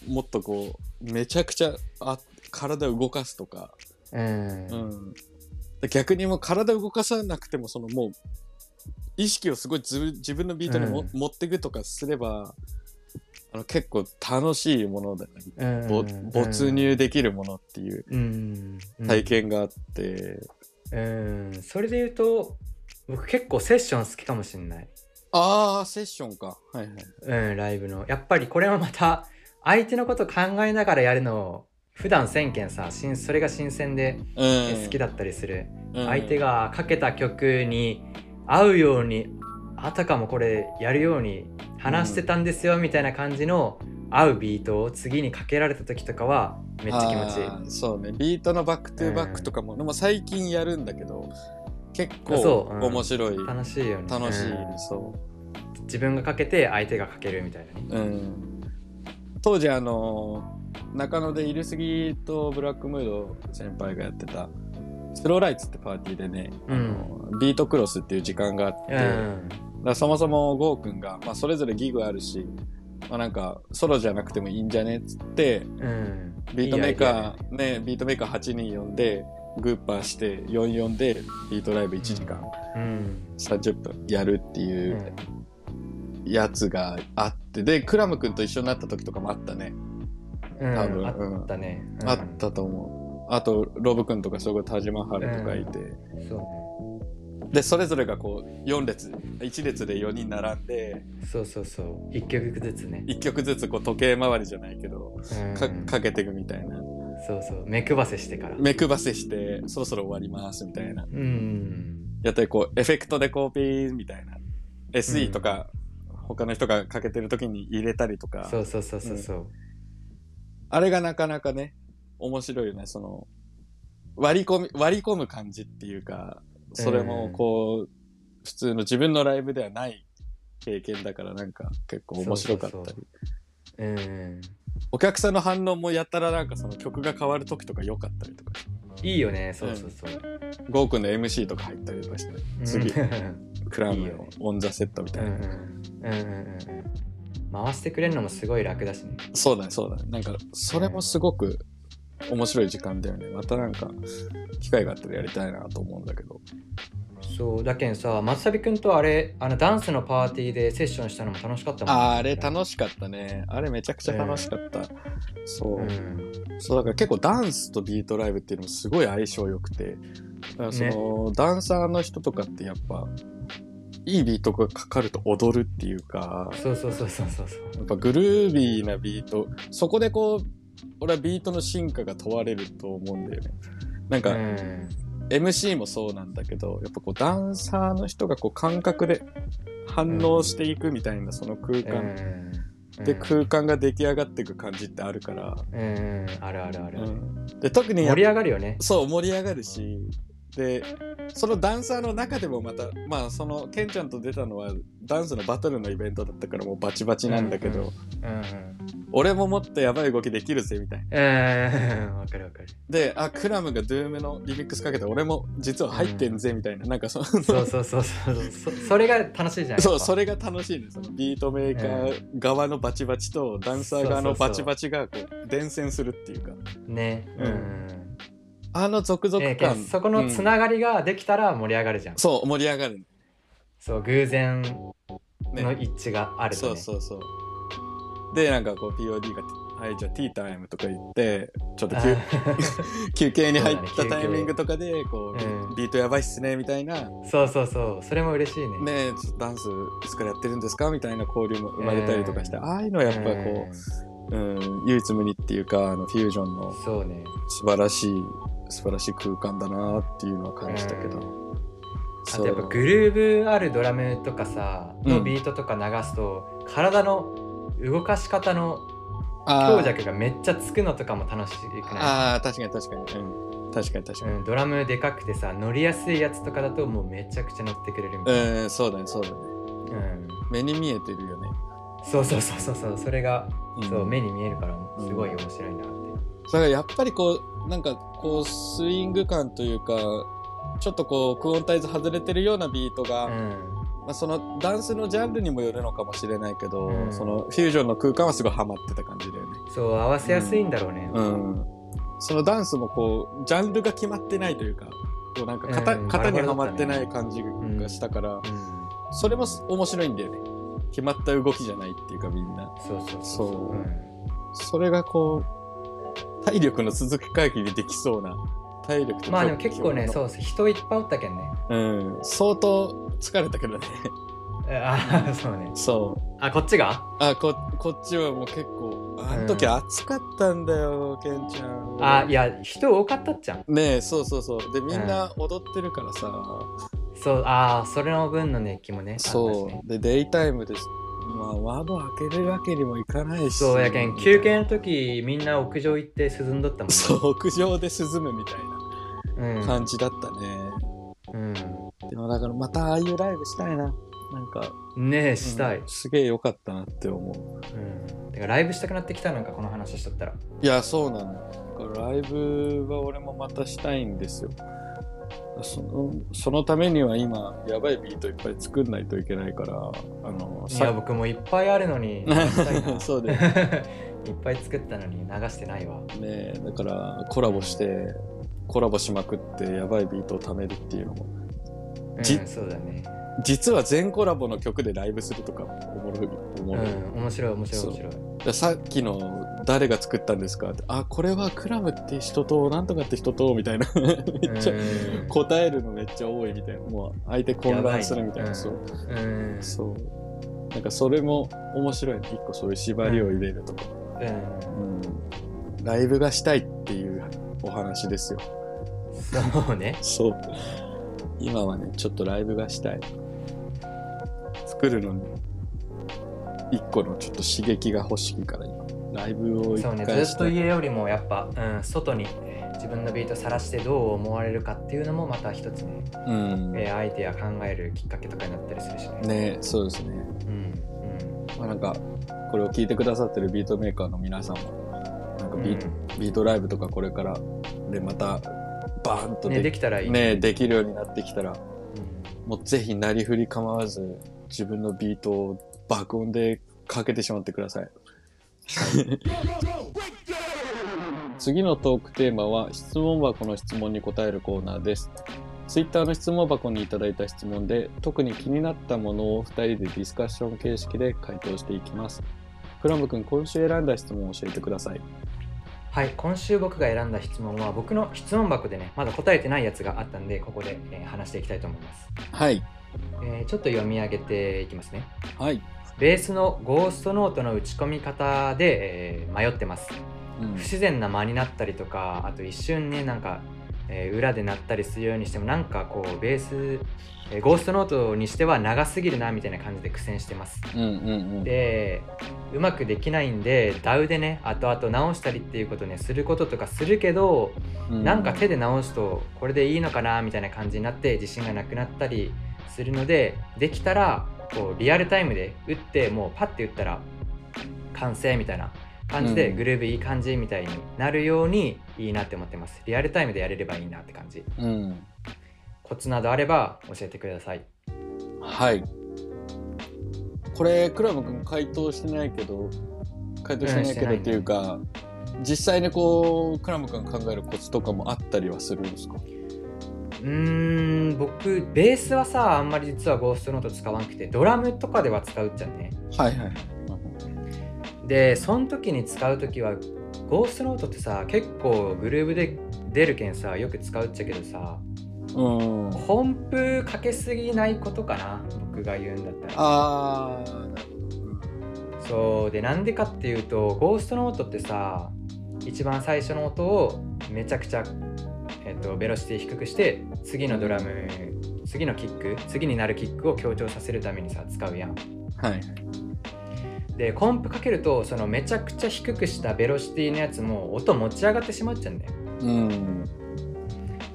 Speaker 1: もっとこう、めちゃくちゃ、あ、体動かすとか、
Speaker 2: うん
Speaker 1: うん。で逆にもう体動かさなくても、そのもう、意識をすごいず自分のビートにも、
Speaker 2: うん
Speaker 1: 持っていくとかすれば、あの結構楽しいものだよね。
Speaker 2: うん
Speaker 1: ぼ没入できるものっていう
Speaker 2: うんうん
Speaker 1: 体験があって、
Speaker 2: うんそれで言うと僕結構セッション好きかもしれない、
Speaker 1: ああ、セッションか。はいはい。
Speaker 2: うん、ライブのやっぱりこれもまた相手のこと考えながらやるのを普段千件さしんそれが新鮮で
Speaker 1: うん、
Speaker 2: 好きだったりする、
Speaker 1: うん
Speaker 2: 相手がかけた曲に合うようにあたかもこれやるように話してたんですよみたいな感じの合うビートを次にかけられた時とかはめっちゃ気持ちいい
Speaker 1: あ。ーそうねビートのバックトゥーバックとかも、でも最近やるんだけど結
Speaker 2: あ
Speaker 1: 構
Speaker 2: そううん
Speaker 1: 面白い、
Speaker 2: 楽しいよね
Speaker 1: 楽しい、
Speaker 2: うん
Speaker 1: そ
Speaker 2: 自分がかけて相手がかけるみたいなね
Speaker 1: う、うん、当時あの中野でイルスギとブラックムード先輩がやってたスローライツってパーティーでね、
Speaker 2: うん
Speaker 1: あのビートクロスっていう時間があって、
Speaker 2: う
Speaker 1: だか
Speaker 2: ん
Speaker 1: らそもそもゴーくんが、まあ、それぞれギグあるし、まあ、なんかソロじゃなくてもいいんじゃねっつって
Speaker 2: うん
Speaker 1: ビートメーカーねビートメーカー8人呼んでグーパーして44でビートライブ1時間
Speaker 2: ーうん
Speaker 1: 30分やるって
Speaker 2: う
Speaker 1: いうんやつがあってでクラムくんと一緒になった時とかもあったね
Speaker 2: うん
Speaker 1: 多分
Speaker 2: あったねうん
Speaker 1: あったと思うあとロブくんとかそこ田島春とかいて、
Speaker 2: そ
Speaker 1: でそれぞれがこう4列1列で4人並んで
Speaker 2: うねそうそうそう一曲ずつね
Speaker 1: 1曲ずつこう時計回りじゃないけどか
Speaker 2: うん
Speaker 1: かけていくみたいな
Speaker 2: そうそう目配せしてから
Speaker 1: 目配せしてそろそろ終わりますみたいな
Speaker 2: うん
Speaker 1: やったりこうエフェクトでこうピーンみたいな SE とか他の人がかけてる時に入れたりとか、
Speaker 2: そうそうそうそうそう
Speaker 1: あれがなかなかね面白いよねその割り込み割り込む感じっていうかそれもこう、普通の自分のライブではない経験だからなんか結構面白かったり
Speaker 2: そうそううん
Speaker 1: お客さんの反応もやったらなんかその曲が変わる時とか良かったりとか
Speaker 2: いいよねそうそうそう
Speaker 1: ゴーくんの MC とか入ったりとかして次
Speaker 2: うん
Speaker 1: クラ
Speaker 2: いい
Speaker 1: ム
Speaker 2: よね
Speaker 1: のオンザセットみ
Speaker 2: う
Speaker 1: た
Speaker 2: ん
Speaker 1: いな、
Speaker 2: うんうんうんうん回してくれるのもすごい楽だしね
Speaker 1: そうだねそうだねなんかそれもすごく面白い時間だよねまたなんか機会があったらやりたいなと思うんだけど
Speaker 2: そうだけんさ松旅くんとあれあのダンスのパーティーでセッションしたのも楽しかったもんね
Speaker 1: あーあれ楽しかったねあれめちゃくちゃ楽しかった、そう、
Speaker 2: うん
Speaker 1: そうだから結構ダンスとビートライブっていうのもすごい相性良くてだからその、ダンサーの人とかってやっぱいいビートがかかると踊るっていうか
Speaker 2: そうそうそうそうそうそう
Speaker 1: やっぱグルービーなビートそこでこう俺はビートの進化が問われると思うんだよねなん
Speaker 2: う
Speaker 1: か、
Speaker 2: ん
Speaker 1: MC もそうなんだけどやっぱこうダンサーの人がこう感覚で反応していくみたいな、その空
Speaker 2: う
Speaker 1: 間、
Speaker 2: ん
Speaker 1: で空間が出来上がっていく感じってあるから、
Speaker 2: うんあるあるあるある、
Speaker 1: で特にや
Speaker 2: 盛
Speaker 1: っ
Speaker 2: り上がるよね
Speaker 1: そう盛り上がるしでそのダンサーの中でもまたまあそのケンちゃんと出たのはダンスのバトルのイベントだったからもうバチバチなんだけど、
Speaker 2: うんうん
Speaker 1: 俺ももっとやばい動きできるぜみたいな
Speaker 2: うんわかるわかる
Speaker 1: であクラムがドゥームのリミックスかけて俺も実は入ってんぜみたいな、なんかその
Speaker 2: そうそうそうそうそそれが楽しいじゃない
Speaker 1: そうそれが楽しいねそのビートメーカー側のバチバチとダンサー側のバチバチがこう伝染するっていうか
Speaker 2: ね
Speaker 1: うん
Speaker 2: うん
Speaker 1: あの続々
Speaker 2: えーけ
Speaker 1: 感、
Speaker 2: んそこのつながりができたら盛り上がるじゃん、
Speaker 1: うんそう盛り上がる
Speaker 2: そう偶然
Speaker 1: ね
Speaker 2: の一致があると、
Speaker 1: そ
Speaker 2: ね
Speaker 1: うそうそうでなんかこう POD が「はいじゃあティータイム」とか言ってちょっと
Speaker 2: あ
Speaker 1: 休
Speaker 2: ー
Speaker 1: 休憩に入っ
Speaker 2: そう
Speaker 1: た
Speaker 2: だ
Speaker 1: タ
Speaker 2: ね休憩
Speaker 1: イミングとかでこう、
Speaker 2: うん
Speaker 1: ビートやばいっすねみたいな「
Speaker 2: そうそうそうそれも嬉しい
Speaker 1: ね
Speaker 2: ね
Speaker 1: えちょっとダンスいつからやってるんですか?」みたいな交流も生まれたりとかして、
Speaker 2: うん
Speaker 1: ああいうのはやっぱこう、うん、唯一無二っていうかあのフュージョンの
Speaker 2: うんそうね
Speaker 1: 素晴らしい素晴らしい空間だなっていうのは感じたけど、
Speaker 2: うんあ
Speaker 1: そ
Speaker 2: と
Speaker 1: う
Speaker 2: やっぱグルーブあるドラムとかさ
Speaker 1: う
Speaker 2: の
Speaker 1: ん
Speaker 2: ビートとか流すと、体の動かし方の
Speaker 1: あー
Speaker 2: 強弱がめっちゃつくのとかも楽しくない、
Speaker 1: あー確かに確かに、うん、確かに確か
Speaker 2: う
Speaker 1: に、
Speaker 2: ん、ドラムでかくてさ乗りやすいやつとかだともうめちゃくちゃ乗ってくれるみたいな、
Speaker 1: うん、そうだねそうだね
Speaker 2: うん、
Speaker 1: 目に見えてるよね、
Speaker 2: そうそうそうそうそうそれが、
Speaker 1: ん
Speaker 2: そう目に見えるからすごい面白いなって、
Speaker 1: だからやっぱりこうなんかこうスイング感というかちょっとこうクオンタイズ外れてるようなビートが、まあ、そのダンスのジャンルにもよるのかもしれないけど、
Speaker 2: うん
Speaker 1: そのフュージョンの空間はすごいハマってた感じだよね
Speaker 2: うん、そう合わせやすいんだろうね、
Speaker 1: うんそのダンスもこうジャンルが決まってないというかこうなんか型,、
Speaker 2: うん
Speaker 1: 型にはま
Speaker 2: バラ
Speaker 1: って
Speaker 2: バラだ
Speaker 1: な
Speaker 2: った
Speaker 1: い感じがしたから、
Speaker 2: うん
Speaker 1: それも面白いんだよね決まった動きじゃないっていうかみんな
Speaker 2: そうそうそう
Speaker 1: そう
Speaker 2: うん
Speaker 1: それがこう体力の続く限りできそうな体力と
Speaker 2: まあでも結構ね
Speaker 1: の
Speaker 2: そう人いっぱいおったけんね
Speaker 1: うん、相当疲れたけどね。 <laughs>
Speaker 2: あ <laughs> あそうね
Speaker 1: そう。
Speaker 2: あこっちが
Speaker 1: あ、こ、こっちはもう結構、あの時暑かったんだよ、ケンちゃん。
Speaker 2: あいや人多かったっちゃん
Speaker 1: ねえ、そうそうそう。で、みんな踊ってるからさ。
Speaker 2: そうああそれの分の熱気もねあったしね
Speaker 1: そう。で、デイタイムです。まあ、窓開けるわけにもいかないし。
Speaker 2: そうやけん休憩の時みんな屋上行って涼んどったもん
Speaker 1: そう、屋上で涼むみたい
Speaker 2: うん、う、
Speaker 1: なん感じだったね。でも、だからまたああいうライブしたいな。なんか、
Speaker 2: ねえしたい、
Speaker 1: うんすげえ良かったなって思う。
Speaker 2: うんてかライブしたくなってきたなんかこの話しとったら
Speaker 1: いや、そうなの。だからライブは俺もまたしたいんですよ。そのそのためには今やばいビートいっぱい作んないといけないからあの
Speaker 2: いや僕もいっぱいある
Speaker 1: <laughs>
Speaker 2: のに
Speaker 1: そうだよ
Speaker 2: <laughs> いっぱい作ったのに流してないわ
Speaker 1: ねだからコラボしてコラボしまくってやばいビートを貯めるっていうのも
Speaker 2: うん
Speaker 1: じ
Speaker 2: そうだね
Speaker 1: 実は全コラボの曲でライブするとかおもろいお
Speaker 2: う
Speaker 1: も
Speaker 2: ん
Speaker 1: ろい、
Speaker 2: 面白い面白い
Speaker 1: そう
Speaker 2: 面白い
Speaker 1: でさっきの「誰が作ったんですか?」って「あこれはクラムって人となんとかって人と」みたいなめっちゃ
Speaker 2: うん
Speaker 1: 答えるのめっちゃ多いみたいなもう相手混乱するみたいな
Speaker 2: やばいね
Speaker 1: そう
Speaker 2: うん
Speaker 1: そうなんかそれも面白いね一個そういう縛りを入れるとか、
Speaker 2: うん
Speaker 1: うんライブがしたいっていうお話ですよ
Speaker 2: そうね
Speaker 1: そう今はねちょっとライブがしたい作るのに一個のちょっと刺激が欲しいから今ライブを一
Speaker 2: そうね
Speaker 1: 回
Speaker 2: ず
Speaker 1: し
Speaker 2: ったと
Speaker 1: い、
Speaker 2: 家よりもやっぱ、うん、外に自分のビートさらしてどう思われるかっていうのもまた一つね、
Speaker 1: うん
Speaker 2: えーアイデア考えるきっかけとかになったりするしね
Speaker 1: ねそうですね
Speaker 2: うん
Speaker 1: まあ、なんかこれを聞いてくださってるビートメーカーの皆さんもなんか
Speaker 2: うん
Speaker 1: ビ,、ビートライブとかこれからでまたバーン
Speaker 2: う
Speaker 1: と
Speaker 2: んね、
Speaker 1: で
Speaker 2: で
Speaker 1: き,、
Speaker 2: きたらいい、
Speaker 1: ね、できるようになってきたら
Speaker 2: うん
Speaker 1: もうぜひなりふり構わず自分のビートを爆音でかけてしまってください次のトークテーマは質問箱の質問に答えるコーナーですツイッターの質問箱にいただいた質問で特に気になったものを2人でディスカッション形式で回答していきますクラム君今週選んだ質問を教えてください
Speaker 2: はい今週僕が選んだ質問は僕の質問箱でねまだ答えてないやつがあったんでここで、えー話していきたいと思います、
Speaker 1: はい
Speaker 2: えーちょっと読み上げていきますね
Speaker 1: はい、
Speaker 2: ベースのゴーストノートの打ち込み方で、えー迷ってます
Speaker 1: うん
Speaker 2: 不自然な間になったりとかあと一瞬ねなんか、えー裏で鳴ったりするようにしてもなんかこうベース、えーゴーストノートにしては長すぎるなみたいな感じで苦戦してます
Speaker 1: うんうんうん
Speaker 2: でうまくできないんで DAW でね後々直したりっていうことねすることとかするけど
Speaker 1: う
Speaker 2: なんか手で直すとこれでいいのかなみたいな感じになって自信がなくなったりするのでできたらこうリアルタイムで打ってもうパッて打ったら完成みたいな感じで
Speaker 1: うん
Speaker 2: グルーブいい感じみたいになるようにいいなって思ってますリアルタイムでやれればいいなって感じ
Speaker 1: うん
Speaker 2: コツなどあれば教えてください
Speaker 1: はい。これ、クラム君回答してないけど、回答してないけど
Speaker 2: うんしてないね
Speaker 1: っていうか、実際にこう、クラム君が考えるコツとかもあったりはするんですか
Speaker 2: うーん僕ベースはさあんまり実はゴーストノート使わなくてドラムとかでは使うっちゃね
Speaker 1: はいはい。
Speaker 2: でその時に使う時はゴーストノートってさ結構グルーブで出るけんさよく使うっちゃけどさ
Speaker 1: うん。
Speaker 2: 音符かけすぎないことかな僕が言うんだったら
Speaker 1: あー、なる
Speaker 2: そうでなんでかっていうとゴーストノートってさ一番最初の音をめちゃくちゃ、えっとベロシティ低くして次のドラム次のキック次になるキックを強調させるためにさ使うやん
Speaker 1: ほど。はい。
Speaker 2: でコンプかけるとそのめちゃくちゃ低くしたベロシティのやつも音持ち上がってしまっちゃうんだよ
Speaker 1: うん。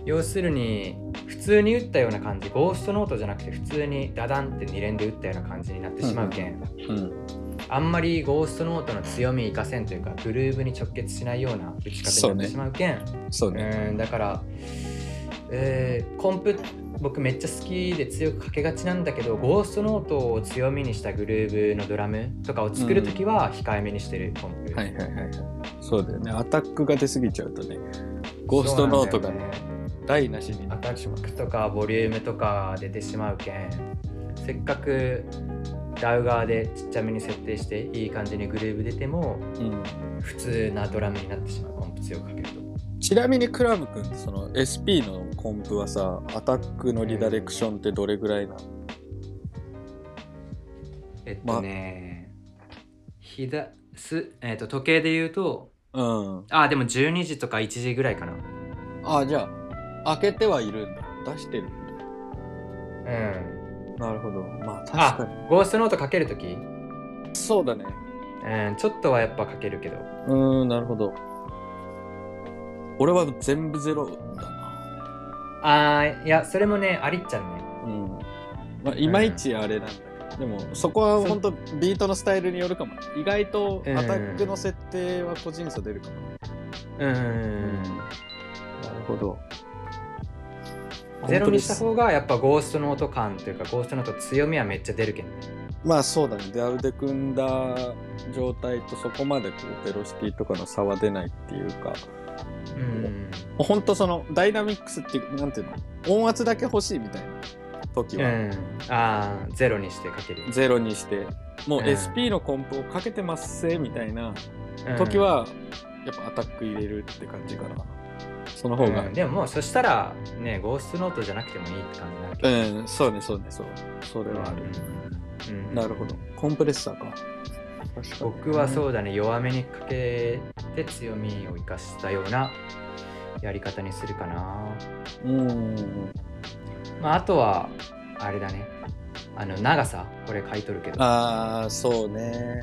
Speaker 2: 要するに普通に打ったような感じゴーストノートじゃなくて普通にダダンって2連で打ったような感じになってしまうけん、
Speaker 1: うん。
Speaker 2: あんまりゴーストノートの強み生かせんというかグルーブに直結しないような打ち方になってしまうけん
Speaker 1: そう
Speaker 2: う、
Speaker 1: ね。
Speaker 2: んだから、えーコンプ僕めっちゃ好きで強くかけがちなんだけどゴーストノートを強みにしたグルーブのドラムとかを作るときは控えめにしてる、コンプ
Speaker 1: はいはいはいはい。そうだよね。アタックが出すぎちゃうとね、ゴーストノートが
Speaker 2: そうなんだよね
Speaker 1: 台無しにな
Speaker 2: ア
Speaker 1: っ
Speaker 2: タックとかボリュームとか出てしまうけんせっかくダウ側でちっちゃめに設定していい感じにグルーブ出ても
Speaker 1: うん。
Speaker 2: 普通なドラムになってしまうコンプ強くかけると
Speaker 1: ちなみにクラム君、その SP のコンプはさ、アタックのリダレクションってどれぐらいなの
Speaker 2: えっとね、ひだすえっと時計で言うと
Speaker 1: うん。
Speaker 2: あでも12時とか1時ぐらいかな
Speaker 1: あ、じゃあ、開けてはいるんだ。出してる。
Speaker 2: うん
Speaker 1: なるほど。まあ、確
Speaker 2: あ
Speaker 1: かに。
Speaker 2: ゴーストノートかけるとき、
Speaker 1: そうだね。
Speaker 2: うん、ちょっとはやっぱかけるけど
Speaker 1: うーん、なるほど。俺は全部ゼロだな。
Speaker 2: あーいやそれもねありっちゃんね
Speaker 1: うん。まあ、いまいちあれなんだけど。でも、そこは本当ビートのスタイルによるかも。意外と、アタックの設定は個人差出るかも。
Speaker 2: うん、
Speaker 1: なるほど。
Speaker 2: ゼロに
Speaker 1: で
Speaker 2: した
Speaker 1: す
Speaker 2: 方がやっぱゴーストの音感というかゴーストの音強みはめっちゃ出るけんね
Speaker 1: まあそうだねでアルで組んだ状態とそこまでこうベロシティとかの差は出ないっていうか
Speaker 2: うん
Speaker 1: ほんとそのダイナミックスっていうなんていうの音圧だけ欲しいみたいな時
Speaker 2: う
Speaker 1: は、
Speaker 2: んああゼロにしてかける
Speaker 1: ゼロにしてもううん SP のコンプをかけてますせみたいな
Speaker 2: うん
Speaker 1: 時は、やっぱアタック入れるって感じかなその方が
Speaker 2: うんでももうそしたらねゴーストノートじゃなくてもいいって感じになるけ
Speaker 1: う
Speaker 2: ど
Speaker 1: ん、そうねそうねそうそれはある、
Speaker 2: うんうん
Speaker 1: なるほどコンプレッサーか
Speaker 2: 僕は
Speaker 1: う
Speaker 2: そうだね弱めにかけて強みを生かしたようなやり方にするかな、
Speaker 1: うん
Speaker 2: まあ、あとはあれだねあの長さこれ書いとるけど
Speaker 1: ああそうね、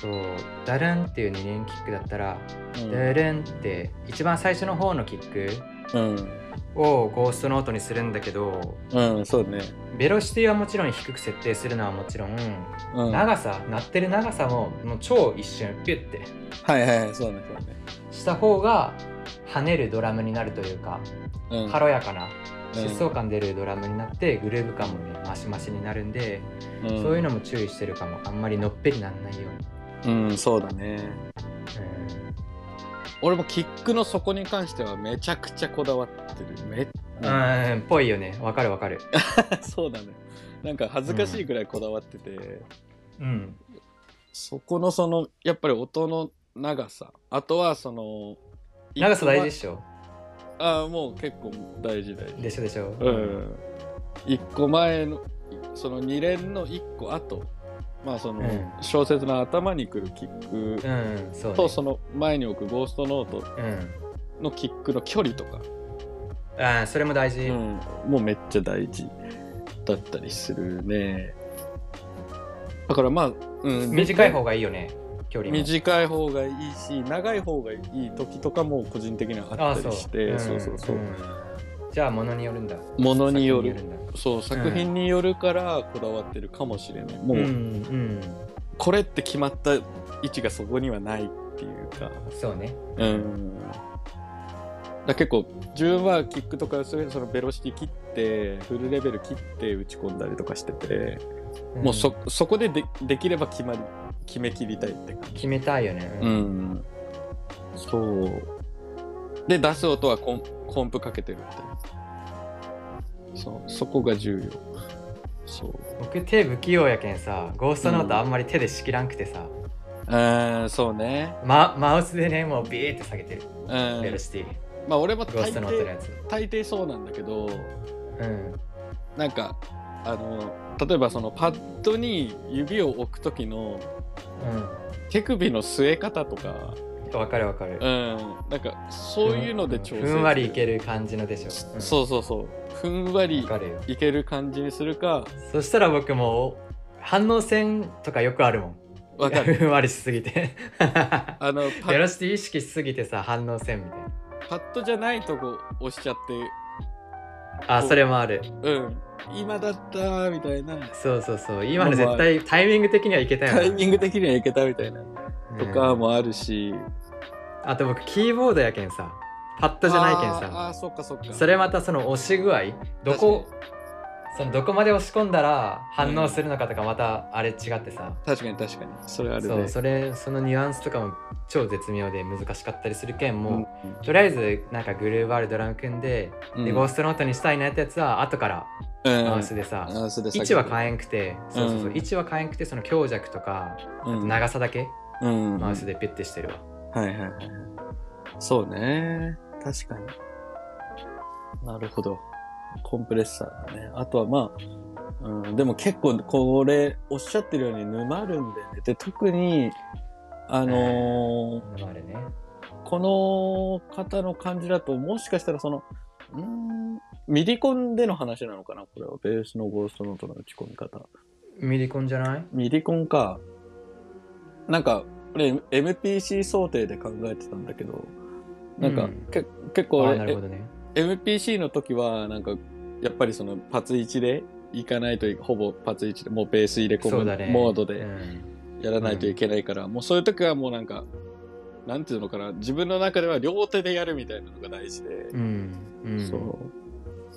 Speaker 2: そうダルンっていう2連キックだったら
Speaker 1: うん
Speaker 2: ダルンって一番最初の方のキック
Speaker 1: うん
Speaker 2: をゴーストノートにするんだけど
Speaker 1: うん、そうね。
Speaker 2: ベロシティはもちろん低く設定するのはもちろん
Speaker 1: うん、はい
Speaker 2: 長さ鳴ってる長さももう超一瞬ピュッて
Speaker 1: はいはい、そうね、そうね。
Speaker 2: した方が跳ねるドラムになるというか
Speaker 1: うん、
Speaker 2: 軽やかな
Speaker 1: うん
Speaker 2: 疾走感出るドラムになってグルーヴ感もねマシマシになるんで
Speaker 1: うん、
Speaker 2: そういうのも注意してるかもあんまりのっぺりなんないように
Speaker 1: うん、そうだね。俺もキックの底に関してはめちゃくちゃこだわってる。め
Speaker 2: うんうんぽいよねわかるわかる
Speaker 1: <laughs> そうだね。なんか恥ずかしいぐらいこだわってて、
Speaker 2: うん
Speaker 1: そこのその、やっぱり音の長さ、あとはその、
Speaker 2: 長さ大事でしょ
Speaker 1: ああ、もう結構大事大事。
Speaker 2: でしょでしょ
Speaker 1: うん。一個前の、その2連の一個後、まあその
Speaker 2: うん、
Speaker 1: 小説の頭に来るキック、
Speaker 2: うんそうね
Speaker 1: とその前に置くゴーストノート
Speaker 2: うん
Speaker 1: のキックの距離とか、
Speaker 2: あーそれも大事
Speaker 1: うん、もうめっちゃ大事だったりするねだからまあ、うん、
Speaker 2: 短い方がいいよね距離も
Speaker 1: 短い方がいいし長い方がいい時とかも個人的にはあ
Speaker 2: あ
Speaker 1: った
Speaker 2: ーそう
Speaker 1: りしてそうそうそう、
Speaker 2: んじゃあものによるんだ
Speaker 1: ものによる
Speaker 2: 作品によるんだ
Speaker 1: そう作品によるからこだわってるかもしれない、も
Speaker 2: う
Speaker 1: う
Speaker 2: んうん
Speaker 1: これって決まった位置がそこにはないっていうか
Speaker 2: そうね
Speaker 1: うんだ結構自分はキックとかそれそのベロシティ切ってフルレベル切って打ち込んだりとかしてて、
Speaker 2: ん
Speaker 1: もうそそこででできれば決まり決めきりたいって感じ
Speaker 2: 決めたいよね
Speaker 1: うん、そうで出す音はコンコンプかけてるみたいなそうそこが重要そう
Speaker 2: 僕手不器用やけんさゴーストノートあんまり手で仕切らんくてさ、
Speaker 1: うんそうね
Speaker 2: ま、マウスでねもうビーって下げてる
Speaker 1: うん
Speaker 2: ベロシティ
Speaker 1: まあ俺も
Speaker 2: ゴー
Speaker 1: 大
Speaker 2: ストノートのや
Speaker 1: 抵
Speaker 2: つ
Speaker 1: 大抵そうなんだけど
Speaker 2: うん
Speaker 1: なんかあの例えばそのパッドに指を置く時の手首の据え方とか、
Speaker 2: うんわかるわかる
Speaker 1: うん、なんかそういうので調整
Speaker 2: ふんわりいけ
Speaker 1: る、
Speaker 2: る感じのでしょ、うん
Speaker 1: そうそうそうふんわり
Speaker 2: わかるよ
Speaker 1: いける感じにするか
Speaker 2: そしたら僕も反応線とかよくあるもん
Speaker 1: わかる
Speaker 2: ふんわりしすぎて
Speaker 1: あのパ
Speaker 2: ベロシティ意識しすぎてさ反応線みたい
Speaker 1: パッドじゃないとこ押しちゃっ
Speaker 2: なあそれもある
Speaker 1: てうん今だったーみたいな
Speaker 2: そうそうそう今の絶対タイミング的にはいけたよ
Speaker 1: タ
Speaker 2: な
Speaker 1: イミング的にはいけたみたいなとか
Speaker 2: うん
Speaker 1: もあるし、
Speaker 2: あと僕キーボードやけんさパッドじゃないけんさ
Speaker 1: あーあーそっかそっか
Speaker 2: それまたその押し具合どこそのどこまで押し込んだら反応するのかとかまたあれ違ってさ、
Speaker 1: 確かに確かにそれあるね
Speaker 2: そうそれそのニュアンスとかも超絶妙で難しかったりするけんもう、
Speaker 1: うん
Speaker 2: とりあえずなんかグルーバルドラム組んで,、
Speaker 1: うん
Speaker 2: でゴーストノートにしたいなってやつは後から
Speaker 1: うん
Speaker 2: マウスでさ、
Speaker 1: あーそれ
Speaker 2: 位置は変えんくてそうそうそう、
Speaker 1: うん
Speaker 2: 位置は変えんくてその強弱とか
Speaker 1: うん
Speaker 2: 長さだけ
Speaker 1: うん、
Speaker 2: マウスでピュッてしてるわ、
Speaker 1: はいはいはい。そうね。確かに。なるほど。コンプレッサーだね。あとはまあ、うん、でも結構これ、おっしゃってるように沼るんだよね。で、特に、あのー
Speaker 2: あれね
Speaker 1: この方の感じだと、もしかしたらその、うーん、ミディコンでの話なのかなこれは。ベースのゴーストノートの打ち込み方。
Speaker 2: ミリコンじゃない
Speaker 1: ミディコンか。なんか、俺、MPC 想定で考えてたんだけど、なんか、
Speaker 2: うん
Speaker 1: け結
Speaker 2: あ
Speaker 1: 構
Speaker 2: ーなるほどね
Speaker 1: え MPC の時は、なんか、やっぱりその、パツ1で行かないとい、ほぼパツ1で、もうベース入れ込
Speaker 2: そうだ
Speaker 1: む
Speaker 2: ね
Speaker 1: モード
Speaker 2: う
Speaker 1: で
Speaker 2: ん
Speaker 1: やらないといけないから、もうそういう時はもうなんか、なんていうのかな、自分の中では両手でやるみたいなのが大事で、
Speaker 2: うんうん
Speaker 1: そう。も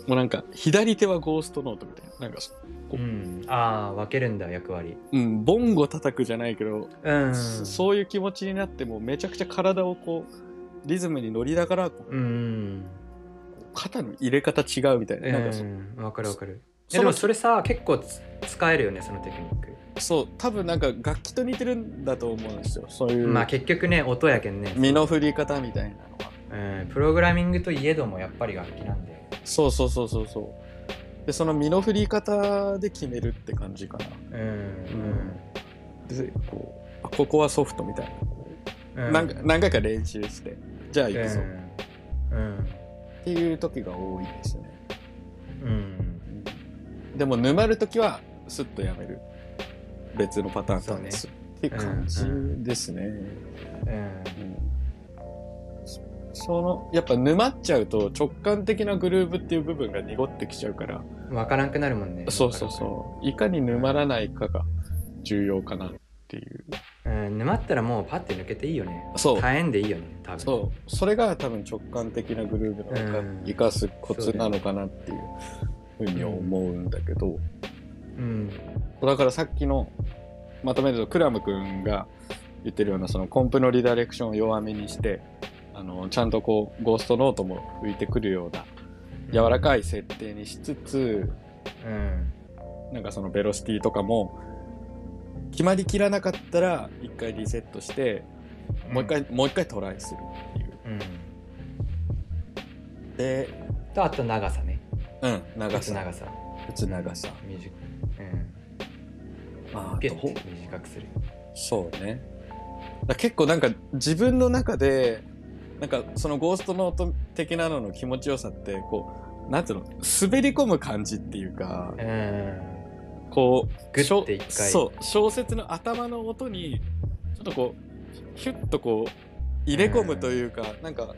Speaker 1: うなんか、左手はゴーストノートみたいな。なんかそ、
Speaker 2: うん、ああ分けるんだ役割
Speaker 1: うん、ボンゴ叩くじゃないけど、
Speaker 2: うん
Speaker 1: そそういう気持ちになって、もうめちゃくちゃ体をこう、リズムに乗りながら、こう
Speaker 2: うん
Speaker 1: 肩の入れ方違うみたいな。なんかそ、
Speaker 2: うん分かる分かるえ
Speaker 1: その
Speaker 2: でもそれさ結構つ使えるよねそのテクニック、
Speaker 1: そう、多分なんか楽器と似てるんだと思うんですよ。そういう、
Speaker 2: まあ結局ね音やけんね、
Speaker 1: 身の振り方みたいなのは。
Speaker 2: うん、プログラミングといえどもやっぱり楽器なんで
Speaker 1: そうそうそうそうそう。で、その身の振り方で決めるって感じかな。
Speaker 2: うん
Speaker 1: で、こう、あここはソフトみたいな。
Speaker 2: うん、うん、
Speaker 1: 何回何回か練習して、じゃあ行くぞ
Speaker 2: うんうん
Speaker 1: っていう時が多いですね。
Speaker 2: うん
Speaker 1: でも沼る時はスッとやめる。別のパターンからです。っていう感じですね。
Speaker 2: うん
Speaker 1: うんそその、やっぱ沼っちゃうと直感的なグルーブっていう部分が濁ってきちゃうから、
Speaker 2: 分からんくなるもんね
Speaker 1: そうそうそう。いかに沼らないかが重要かなっていう。
Speaker 2: う、うん、沼ったらもうパッて抜けていいよね
Speaker 1: そう。
Speaker 2: 大変でいいよね多分
Speaker 1: そう。それが多分直感的なグルーブの
Speaker 2: うん
Speaker 1: 生かすコツなのかなっていうふうに思うんだけど、
Speaker 2: うん
Speaker 1: だからさっきのまとめるとクラム君が言ってるようなそのコンプのリダイレクションを弱めにしてあのちゃんとこうゴーストノートも浮いてくるような柔らかい設定にしつつ
Speaker 2: うん
Speaker 1: なんかそのベロシティとかも決まりきらなかったら一回リセットしてもう一回、もう一回トライするっていう
Speaker 2: うん
Speaker 1: で
Speaker 2: とあと長さね
Speaker 1: うん長
Speaker 2: 打つ
Speaker 1: さ
Speaker 2: 長さ
Speaker 1: 打つ長さ
Speaker 2: 短くうん
Speaker 1: まああ
Speaker 2: ギ
Speaker 1: と
Speaker 2: ュ
Speaker 1: ほ
Speaker 2: ッて短くする
Speaker 1: そうね。だ結構なんか自分の中で、なんかそのゴーストノート的なのの気持ちよさって、こう、なんていうの、滑り込む感じっていうか、
Speaker 2: うん
Speaker 1: こう、
Speaker 2: グッて
Speaker 1: しょ
Speaker 2: 一回
Speaker 1: そう、小説の頭の音に、ちょっとこう、ヒュッとこう、入れ込むというか、なんか、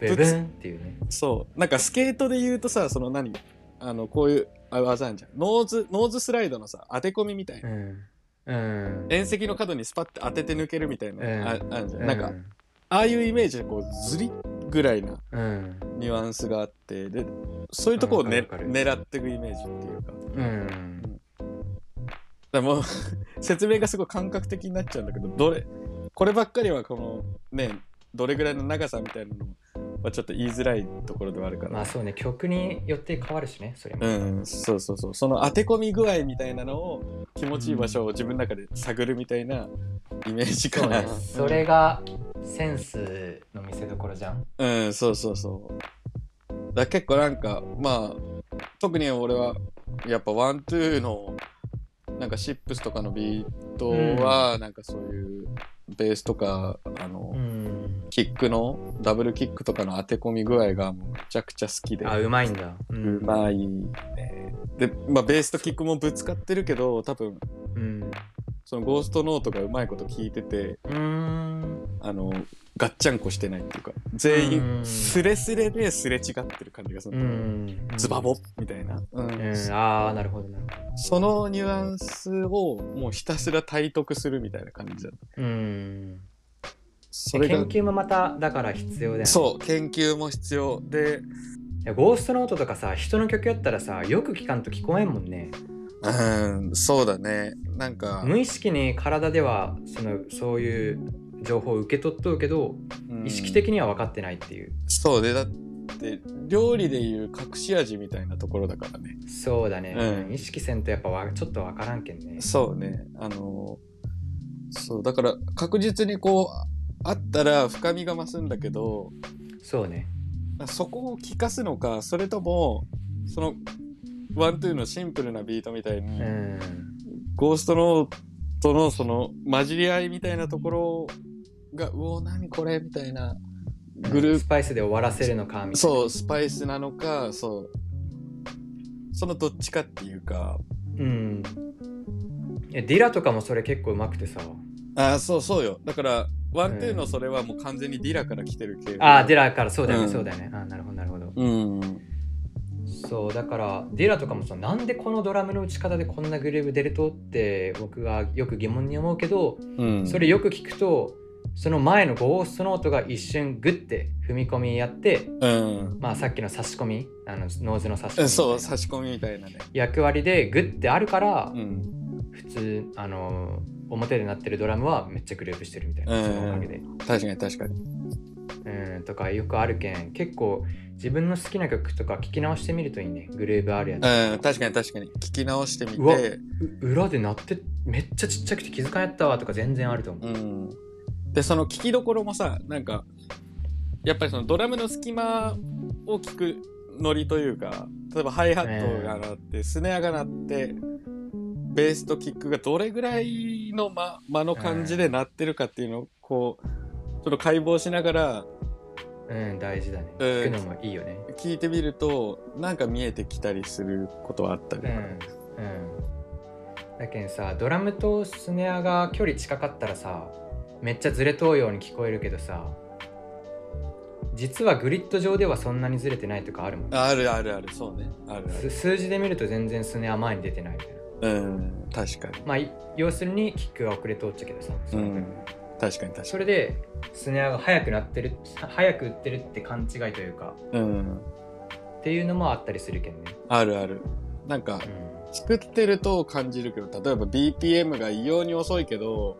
Speaker 2: ベブンっていうね
Speaker 1: そう、なんかスケートで言うとさ、その何、あの、こういう、あ技あんじゃん。ノーズ、ノーズスライドのさ、当て込みみたいな
Speaker 2: う。んうん
Speaker 1: 縁石の角にスパッて当てて抜けるみたいな、
Speaker 2: う
Speaker 1: あ
Speaker 2: ん
Speaker 1: あるじゃんなんか、ああいうイメージでこうずりぐらいな
Speaker 2: うん
Speaker 1: ニュアンスがあってでそういうとこを、ね
Speaker 2: わかるわか
Speaker 1: 狙っていくイメージっていうか
Speaker 2: うん
Speaker 1: でも <laughs> 説明がすごい感覚的になっちゃうんだけどどれこればっかりはこのねどれぐらいの長さみたいなのはちょっと言いづらいところではあるから、
Speaker 2: まあそうね曲によって変わるしねそれも
Speaker 1: うんそうそうそうその当て込み具合みたいなのを気持ちいい場所を自分の中で探るみたいなイメージ
Speaker 2: そ
Speaker 1: か <laughs>
Speaker 2: う
Speaker 1: な、
Speaker 2: ねそれがセンスの見せ所じゃん
Speaker 1: うん、そうそうそう。だ結構なんか、まあ、特に俺は、やっぱワントゥーの、なんかシップスとかのビートは、なんかそういう、ベースとか、あの、
Speaker 2: うん
Speaker 1: キックの、ダブルキックとかの当て込み具合がもうめちゃくちゃ好きで。
Speaker 2: あうまいんだ
Speaker 1: う
Speaker 2: う
Speaker 1: んまいね。で、まあ、ベースとキックもぶつかってるけど、多分、
Speaker 2: うん
Speaker 1: そのゴーストノートがうまいこと聞いてて、
Speaker 2: うん
Speaker 1: あの、ガッチャンコしてないっていうか、全
Speaker 2: う
Speaker 1: 員、
Speaker 2: ん
Speaker 1: スレスレですれ違ってる感じがす
Speaker 2: う
Speaker 1: る。
Speaker 2: ん
Speaker 1: ズバボッみたいな、うん
Speaker 2: うんああなるほどなるほど
Speaker 1: そのニュアンスをもうひたすら体得するみたいな感じだ
Speaker 2: うん
Speaker 1: それ
Speaker 2: 研
Speaker 1: が
Speaker 2: 究もまただから必要だよね
Speaker 1: そう研究も必要で
Speaker 2: いやゴーストノートとかさ人の曲やったらさよく聞かんと聞こえんもんね
Speaker 1: うんそうだねなんか、
Speaker 2: 無意識に体ではそのそういう情報を受け取っとうけど
Speaker 1: うん
Speaker 2: 意識的には分かってないっていう、
Speaker 1: そうでだって料理でいう隠し味みたいなところだからね
Speaker 2: そうだね、
Speaker 1: うん
Speaker 2: うん意識せんとやっぱわちょっと分からんけんね
Speaker 1: そうねあのそうだから確実にこうあったら深みが増すんだけど
Speaker 2: そうね
Speaker 1: そこを聞かすのかそれともそのワントゥーのシンプルなビートみたいに、
Speaker 2: うん
Speaker 1: ゴーストノートのその混じり合いみたいなところがうお何これみたいなグルー
Speaker 2: ス
Speaker 1: プ、
Speaker 2: パイスで終わらせるのかみたいな
Speaker 1: そうスパイスなのかそうそのどっちかっていうか
Speaker 2: うんいやディラとかもそれ結構うまくてさ
Speaker 1: あそうそうよだからワントゥー
Speaker 2: う
Speaker 1: の
Speaker 2: ん
Speaker 1: それはもう完全にディラから来てる系
Speaker 2: ああディラからそうだよね、
Speaker 1: うん
Speaker 2: そうだよねあーなるほどなるほど
Speaker 1: うん
Speaker 2: そうだからディラとかもさなんでこのドラムの打ち方でこんなグルーブ出るとって僕がよく疑問に思うけど
Speaker 1: うん
Speaker 2: それよく聞くとその前のゴーストノートが一瞬グッて踏み込みやって、
Speaker 1: うん。
Speaker 2: まあ、さっきの差し込みあのノーズの差し込み
Speaker 1: うん
Speaker 2: みたいな
Speaker 1: そう、差し込みみたいなね。
Speaker 2: 役割でグッてあるから、
Speaker 1: うん。
Speaker 2: 普通あの表で鳴ってるドラムはめっちゃグループしてるみたいな、
Speaker 1: うん
Speaker 2: そのおかげで。
Speaker 1: 確かに確かに。
Speaker 2: うんとかよくあるけん結構自分の好きな曲とか聞き直してみるといいねグルーブあるやつ、
Speaker 1: うん、確かに確かに。聞き直してみ
Speaker 2: うわ
Speaker 1: て、
Speaker 2: う裏で鳴ってめっちゃちっちゃくて気遣いやったわとか全然あると思う、
Speaker 1: うん。で、その聞きどころもさ、なんか、やっぱりそのドラムの隙間を聞くノリというか、例えばハイハットが鳴って、スネアが鳴って、ベースとキックがどれぐらいの間間の感じで鳴ってるかっていうのを、こう、ちょっと解剖しながら
Speaker 2: うん、大事だね、
Speaker 1: うん
Speaker 2: 聞くのもいいよね
Speaker 1: 聞いてみると、なんか見えてきたりすることはあったり
Speaker 2: う
Speaker 1: とか。
Speaker 2: んうんだけんさドラムとスネアが距離近かったらさめっちゃずれとうように聞こえるけどさ実はグリッド上ではそんなにずれてないとかあるもんね
Speaker 1: あるあるある、そうね。あるあ
Speaker 2: す数字で見ると全然スネア前に出てないみたいな
Speaker 1: る。うん、確かに。
Speaker 2: まあい要するにキックが遅れとっちゃけどさそうの分
Speaker 1: ん、確かに確か
Speaker 2: それでスネアが速くなってる速く打ってるって勘違いというか
Speaker 1: に。うん、
Speaker 2: っていうのもあったりするけんね、
Speaker 1: あるある。なんか
Speaker 2: う、ん
Speaker 1: 作ってると感じるけど、例えば BPM が異様に遅いけど、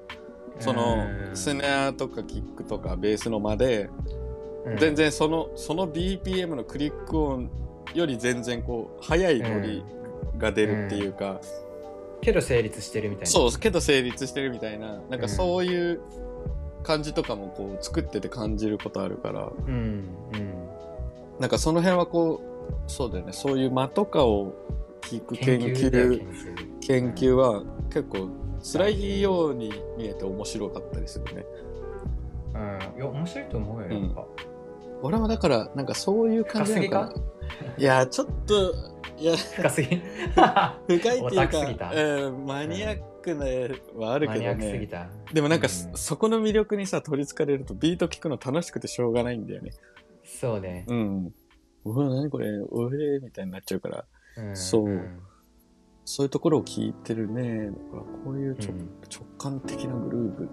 Speaker 1: その
Speaker 2: うん
Speaker 1: スネアとかキックとかベースの間で、
Speaker 2: うん
Speaker 1: 全然その、その BPM のクリック音より全然こう、速いノリが出るっていうか、
Speaker 2: けど成立してるみたいな
Speaker 1: そう、けど成立してるみたいな、なんかそういう感じとかもこう、作ってて感じることあるから、
Speaker 2: うんうん
Speaker 1: なんかその辺はこう、そうだよね、そういう間とかを聞く研究、
Speaker 2: だよ
Speaker 1: 研究は結構辛いように見えて面白かったりするね。
Speaker 2: うんいや面白いと思うよ
Speaker 1: うん
Speaker 2: やっぱ、
Speaker 1: 俺もだから、なんかそういう感じなのかな
Speaker 2: 深
Speaker 1: いや、ちょっと、いや、
Speaker 2: 深 <laughs> すぎ
Speaker 1: 深いっていう
Speaker 2: オ
Speaker 1: か
Speaker 2: タクすぎた、
Speaker 1: うん、マニアックなはある
Speaker 2: マ
Speaker 1: け
Speaker 2: ニア
Speaker 1: ど
Speaker 2: ックすぎ
Speaker 1: ね。
Speaker 2: た
Speaker 1: でもなんか、
Speaker 2: うん
Speaker 1: そこの魅力にさ、取りつかれるとビート聞くの楽しくてしょうがないんだよね。
Speaker 2: そうね、
Speaker 1: うん。うわ、何これ、おえーみたいになっちゃうから、
Speaker 2: うん
Speaker 1: そうんそういうところを聞いてるね。だからこういうちょ、
Speaker 2: うん
Speaker 1: 直感的なグルーブ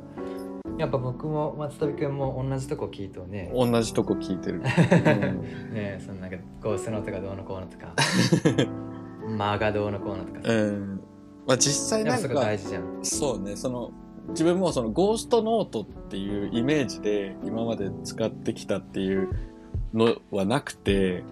Speaker 2: やっぱ僕も松飛君も同じとこ聞いとうね
Speaker 1: 同じとこ聞い <laughs> てる、
Speaker 2: <laughs> ねえそのなんかゴーストノートがどうのこうのと <laughs> か間がどうのこうのとか
Speaker 1: う
Speaker 2: さ
Speaker 1: ん、うんまあ実際
Speaker 2: でも
Speaker 1: なん
Speaker 2: そこ
Speaker 1: か
Speaker 2: 大事じゃん
Speaker 1: そうねその自分もそのゴーストノートっていうイメージで今まで使ってきたっていうのはなくて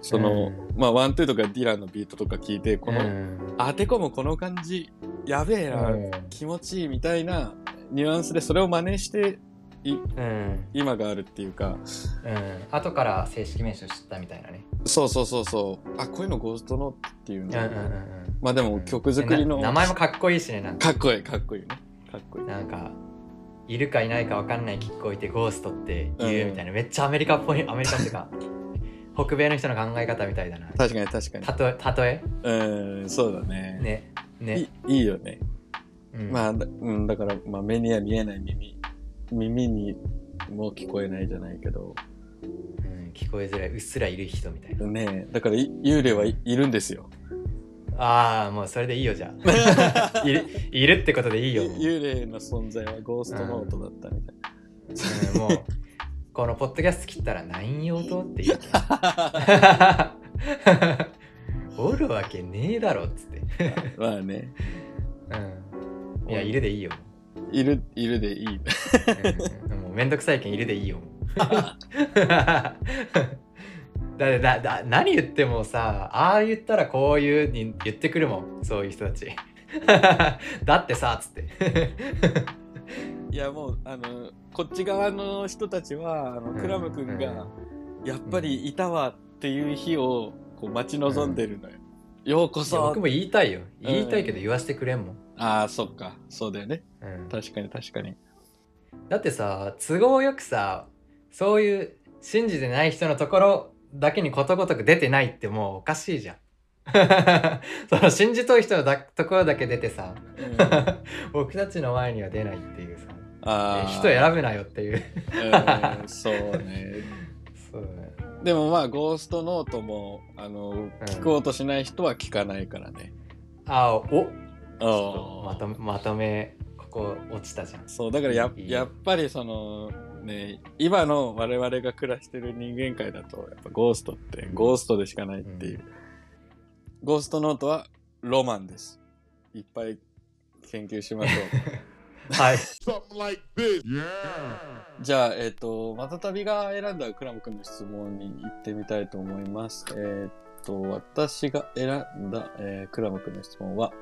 Speaker 1: その、
Speaker 2: う
Speaker 1: まあワントゥーとかディランのビートとか聞いてこの、
Speaker 2: うん
Speaker 1: 当て込むこの感じやべえな、気持ちいいみたいなニュアンスでそれを真似してい
Speaker 2: うん
Speaker 1: 今があるっていうか
Speaker 2: うん後から正式名称知ったみたいなね
Speaker 1: そうそうそうそうあこういうのゴーストノートっていう
Speaker 2: うん
Speaker 1: の、
Speaker 2: うんうん
Speaker 1: まあで
Speaker 2: う
Speaker 1: も
Speaker 2: ん
Speaker 1: 曲作りの、
Speaker 2: な名前もかっこいいしねなんか
Speaker 1: かっこいいかっこいいよねかっこいい
Speaker 2: なんかいるかいないかわかんないキック置いてゴーストって言うみたいな、めっちゃアメリカっぽいアメリカっていうか <laughs> 北米の人の考え方みたいだな
Speaker 1: 確かに確かに
Speaker 2: たとえたとえ
Speaker 1: うんそうだね
Speaker 2: ねね
Speaker 1: いいいよね、
Speaker 2: うん
Speaker 1: まあだ,、うん、だから、まあ、目には見えない耳耳にも聞こえないじゃないけど
Speaker 2: うん聞こえづらいうっすらいる人みたいな
Speaker 1: ねえだからい幽霊はいいるんですよ
Speaker 2: ああもうそれでいいよじゃあ <laughs> いるいるってことでいいよ。もう
Speaker 1: 幽霊の存在はゴーストノートだったみたい
Speaker 2: うんもうこのポッドキャスト切ったら何用とって <laughs> 言う。おるわけねえだろっつって。 <laughs>
Speaker 1: なまあね
Speaker 2: うん、いや、いるでいいよ。
Speaker 1: いるいるでいい <laughs>
Speaker 2: うんもうめんどくさいけんいるでいいよ。だってだだ何言ってもさああ言ったらこういうに言ってくるもんそういう人たち <laughs> だってさっつって
Speaker 1: いやもうあのこっち側の人たちはあのクラム君が、やっぱりいたわっていう日をこう待ち望んでるのよ、ようこ
Speaker 2: いや
Speaker 1: そ
Speaker 2: 僕も言いたいよ言いたいけど言わせてくれんもん、
Speaker 1: ああそっかそうだよね
Speaker 2: うん、
Speaker 1: 確かに確
Speaker 2: <laughs>
Speaker 1: かに
Speaker 2: だってさ都合よくさそういう信じてない人のところだけにことごとく出てないってもうおかしいじゃん <laughs> その信じとう人のだところだけ出てさ <laughs> 僕たちの前には出ないっていうさ
Speaker 1: あ
Speaker 2: え
Speaker 1: ー
Speaker 2: 人選ぶなよっていう
Speaker 1: うんそうね
Speaker 2: そうね
Speaker 1: でもまあゴーストノートもあの聞こうとしない人は聞かないからね、
Speaker 2: あおち
Speaker 1: あ
Speaker 2: ょっとまとまとめこう落ちたじゃん
Speaker 1: そう、だからや
Speaker 2: いい
Speaker 1: やっぱりその、ね、今の我々が暮らしてる人間界だと、やっぱゴーストってゴーストでしかないっていう。ゴーストノートはロマンです。いっぱい研究しましょ
Speaker 2: はい
Speaker 3: Something like this. Yeah.
Speaker 1: う。じゃあ、えっ、と、またたびが選んだクラム君の質問に行ってみたいと思います。えっ、と、私が選んだ、えークラム君の質問は、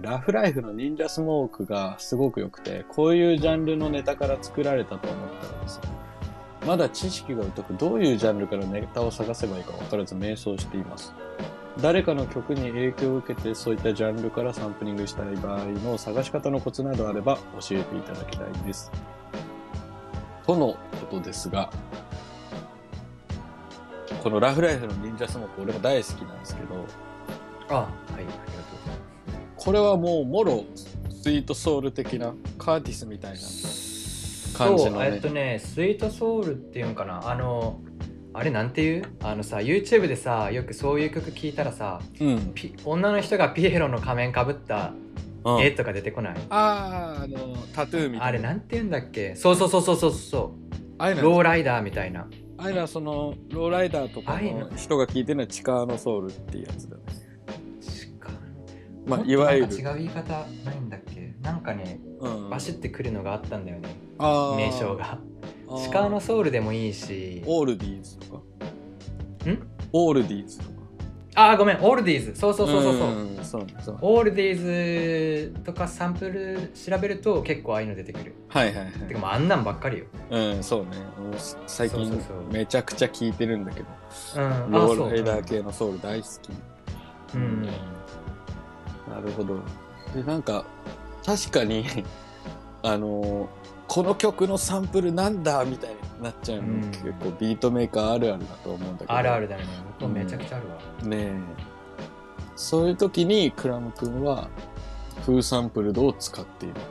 Speaker 1: ラフライフの忍者スモークがすごく良くて、こういうジャンルのネタから作られたと思ったのです。まだ知識が疎く、どういうジャンルからネタを探せばいいか分からず迷走しています。誰かの曲に影響を受けて、そういったジャンルからサンプリングしたい場合の探し方のコツなどあれば教えていただきたいです。とのことですが、このラフライフの忍者スモーク、俺も大好きなんですけど、
Speaker 2: あはいありがとうございま
Speaker 1: これはもうもろスイートソウル的なカーティスみたいな
Speaker 2: す
Speaker 1: 感じの
Speaker 2: そうえっと
Speaker 1: ね
Speaker 2: ねスイートソウルっていうのかなあのあれなんていうあのさ YouTube でさよくそういう曲聴いたらさ
Speaker 1: うん、
Speaker 2: ピ女の人がピエロの仮面かぶった
Speaker 1: うん
Speaker 2: 絵とか出てこない、
Speaker 1: あーあのタトゥーみたいな
Speaker 2: あれなんて言うんだっけそうそうそうそうそうそ
Speaker 1: ああいう
Speaker 2: う
Speaker 1: の
Speaker 2: ローライダーみたいな
Speaker 1: ああいうのはそのローライダーとか
Speaker 2: ああいう
Speaker 1: の
Speaker 2: の
Speaker 1: 人が聞いてるのは地下のソウルっていうやつだね
Speaker 2: しか
Speaker 1: まあ
Speaker 2: もっと
Speaker 1: いわゆる
Speaker 2: なんか違う言い方ないんだっけなんかね
Speaker 1: うん
Speaker 2: バシってくるのがあったんだよね
Speaker 1: あー
Speaker 2: 名称が
Speaker 1: あー
Speaker 2: シカのソウルでもいいし
Speaker 1: オールディーズとか
Speaker 2: ん
Speaker 1: オールディーズとか
Speaker 2: あーごめんオールディーズそうそうそうそうそう、
Speaker 1: んそうそう
Speaker 2: オールディーズとかサンプル調べると結構ああいうの出てくる
Speaker 1: はいはいは
Speaker 2: てかもうあんなんばっかりよ
Speaker 1: いうんそうねもう最近
Speaker 2: そうそうそう
Speaker 1: めちゃくちゃ聞いてるんだけど
Speaker 2: うんあ
Speaker 1: ロ
Speaker 2: そう
Speaker 1: ーライダー系のソウル大好き
Speaker 2: うんうん
Speaker 1: なるほど。で、なんか、確かに、 <laughs> あのーこの曲のサンプルなんだみたいになっちゃうの、
Speaker 2: うん
Speaker 1: 結構ビートメーカーあるあるだと思うんだけど。
Speaker 2: あるあるだよね僕もめちゃくちゃあるわ、
Speaker 1: ねえ。そういう時に、クラム君は、フーサンプルドを使っているってい